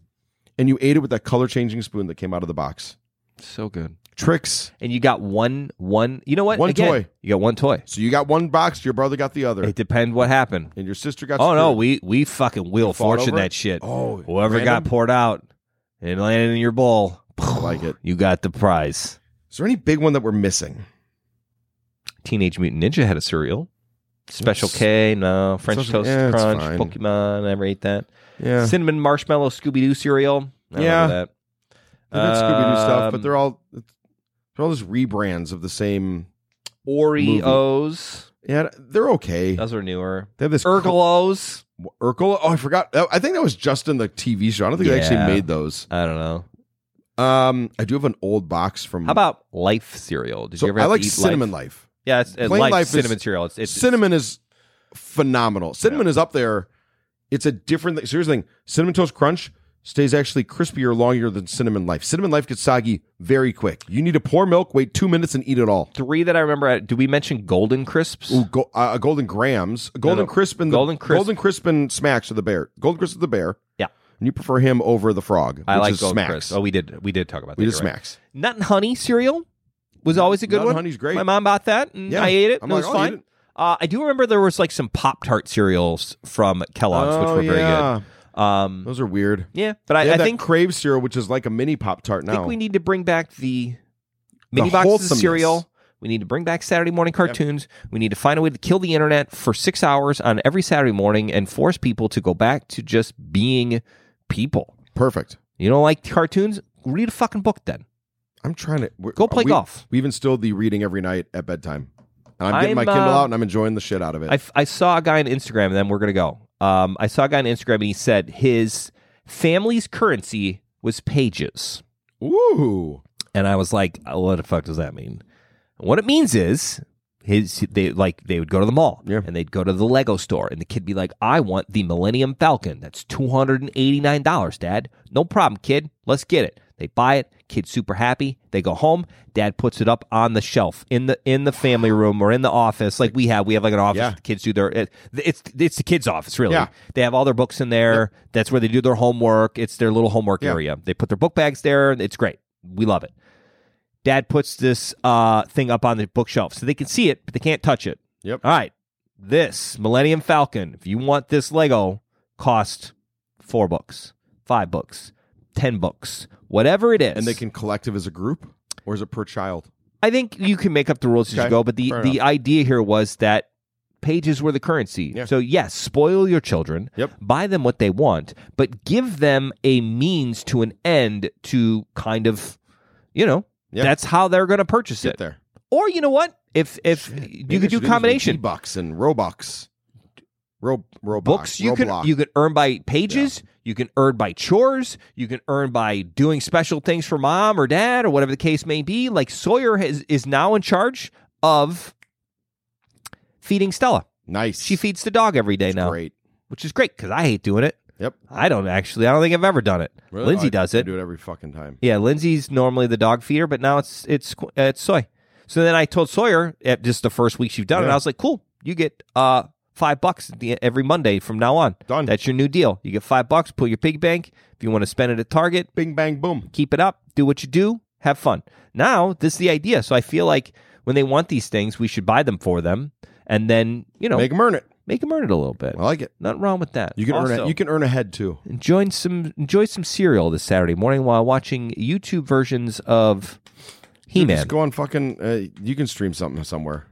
A: And you ate it with that color changing spoon that came out of the box.
B: so good.
A: Tricks.
B: And you got one one. You know what?
A: One
B: Again,
A: toy.
B: You got one toy.
A: So you got one box, your brother got the other,
B: It depend what happened.
A: and your sister got.
B: oh no,
A: screwed.
B: we we fucking wheel
A: fought
B: fortune
A: over it?
B: that shit.
A: oh,
B: Whoever
A: random?
B: got poured out and landed in your bowl,
A: like it.
B: You got the prize.
A: Is there any big one that we're missing?
B: Teenage Mutant Ninja had a cereal. Special
A: It's-
B: K, no French
A: Special-
B: Toast
A: yeah, it's
B: Crunch,
A: fine.
B: Pokemon. I never ate that.
A: Yeah,
B: Cinnamon Marshmallow Scooby Doo cereal. I remember
A: Yeah.
B: that.
A: they did Scooby Doo stuff, but
B: Um,
A: they're all they're all just rebrands of the same.
B: Oreos.
A: Yeah, they're okay.
B: Those are newer.
A: They have this
B: Urgelos.
A: Urkel. Oh, I forgot. I think that was just in the TV show. I don't think they
B: Yeah.
A: actually made those.
B: I don't know.
A: Um, I do have an old box from.
B: How about Life cereal? Did
A: Mm. So
B: you ever
A: I
B: have to
A: like
B: eat
A: cinnamon
B: Life?
A: life.
B: Yeah, it's, it's
A: Plain
B: Life,
A: Life is-
B: cinnamon cereal. It's, it's
A: cinnamon is phenomenal. Cinnamon is up there. It's a different. thing. So here's the thing: cinnamon toast crunch stays actually crispier longer than cinnamon life. Cinnamon life gets soggy very quick. You need to pour milk, wait two minutes, and eat it all.
B: three that I remember. Did we mention Golden Crisps?
A: Ooh, go, uh, golden grams, golden
B: no.
A: crisp, and the,
B: Golden Crisp.
A: golden crisp and smacks are the bear. Golden crisp is the bear.
B: Yeah.
A: and you prefer him over the frog.
B: I
A: which
B: like
A: is
B: Golden
A: smacks.
B: Crisps. Oh, we did. We did talk about
A: we
B: that.
A: just
B: you're right.
A: smacks.
B: Nut and honey cereal was always a good
A: Nut and
B: one.
A: honey's great.
B: My mom bought that and
A: Yeah.
B: Mm, I ate it.
A: I'm like,
B: and
A: oh,
B: it was
A: I'll
B: fine.
A: eat it.
B: Uh, I do remember there was like some Pop Tart cereals from Kellogg's,
A: Oh,
B: which were very
A: yeah.
B: good. Um,
A: Those are weird.
B: yeah, but
A: They
B: I,
A: have
B: I
A: that
B: think
A: crave cereal, which is like a mini pop tart
B: I
A: now.
B: think we need to bring back the mini boxes of
A: wholesomeness.
B: cereal. We need to bring back Saturday morning cartoons. We need to find a way to kill the internet for six hours on every Saturday morning and force people to go back to just being people.
A: Perfect.
B: You don't like cartoons? Read a fucking book then.
A: I'm trying to we're-
B: Go play
A: we-
B: golf.
A: We've instilled the reading every night at bedtime, and I'm getting my
B: I'm,
A: Kindle
B: uh,
A: out and I'm enjoying the shit out of it.
B: I, f- I saw a guy on Instagram, and then we're going to go. Um, I saw a guy on Instagram, and he said his family's currency was pages.
A: Ooh,
B: And I was like, oh, what the fuck does that mean? And what it means is his they like they would go to the mall
A: Yeah.
B: and they'd go to the Lego store and the kid be like, I want the Millennium Falcon. That's two hundred and eighty nine dollars, Dad. No problem, kid. Let's get it. They buy it. Kid's super happy. They go home. Dad puts it up on the shelf in the in the family room or in the office, like we have. We have like an office.
A: Yeah.
B: with The kids do their it, it's it's the kids' office really.
A: Yeah.
B: They have all their books in there. That's where they do their homework. It's their little homework
A: Yeah.
B: area. They put their book bags there. It's great. We love it. Dad puts this uh, thing up on the bookshelf so they can see it, but they can't touch it.
A: Yep.
B: All right. This Millennium Falcon, if you want this Lego, cost four books, five books, ten books, whatever it is.
A: And they can collective as a group, or is it per child?
B: I think you can make up the rules as
A: Okay,
B: you go, but the,
A: fair
B: the idea here was that pages were the currency.
A: Yeah.
B: So yes, spoil your children,
A: Yep.
B: buy them what they want, but give them a means to an end to kind of, you know,
A: Yeah.
B: that's how they're going to purchase
A: Get
B: it.
A: there.
B: Or you know what? If if
A: Maybe I
B: you could
A: should
B: do
A: this with
B: combination
A: G-Bucks and Robux. Ro- Roblox.
B: books you can
A: Roblox.
B: you can earn by pages you can earn by chores you can earn by doing special things for mom or dad or whatever the case may be like sawyer has, is now in charge of feeding stella
A: nice.
B: she feeds the dog every day now
A: Great.
B: which is great because i hate doing it
A: Yep.
B: i don't actually i don't think i've ever done it
A: Really?
B: lindsay
A: I-
B: does
A: I
B: it
A: do it every fucking time.
B: yeah, Lindsay's normally the dog feeder, but now it's it's uh, it's soy. So then I told Sawyer at just the first week you've done it,
A: Yeah.
B: I was like, "Cool, you get uh five bucks at the, every Monday from now on.
A: Done.
B: That's your new deal. You get five bucks. Put your pig bank. If you want to spend it at Target,
A: Bing bang boom.
B: keep it up. Do what you do. Have fun. Now this is the idea. So I feel like when they want these things, we should buy them for them, and then you know
A: Make
B: make,
A: them earn it.
B: them earn it a little bit.
A: I like it.
B: Nothing wrong with that.
A: You can earn
B: Also-
A: it. You can earn a head too.
B: enjoy some enjoy some cereal this Saturday morning while watching YouTube versions of He Man.
A: Just go on fucking. Uh, you can stream something somewhere.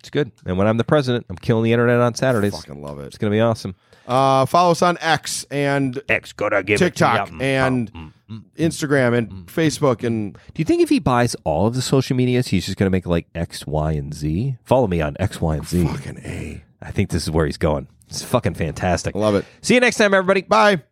B: It's good. And when I'm the president, I'm killing the internet on Saturdays.
A: Fucking love it.
B: It's gonna be awesome.
A: Uh, follow us on X and
C: X gotta give
A: TikTok
C: it
B: mm,
C: to you.
A: and Instagram and Facebook and
B: Do you think if he buys all of the social medias, he's just gonna make like X, Y, and Z? Follow me on X, Y, and Z.
A: fucking A.
B: I think this is where he's going. It's fucking fantastic.
A: Love it.
B: See you next time, everybody.
A: Bye.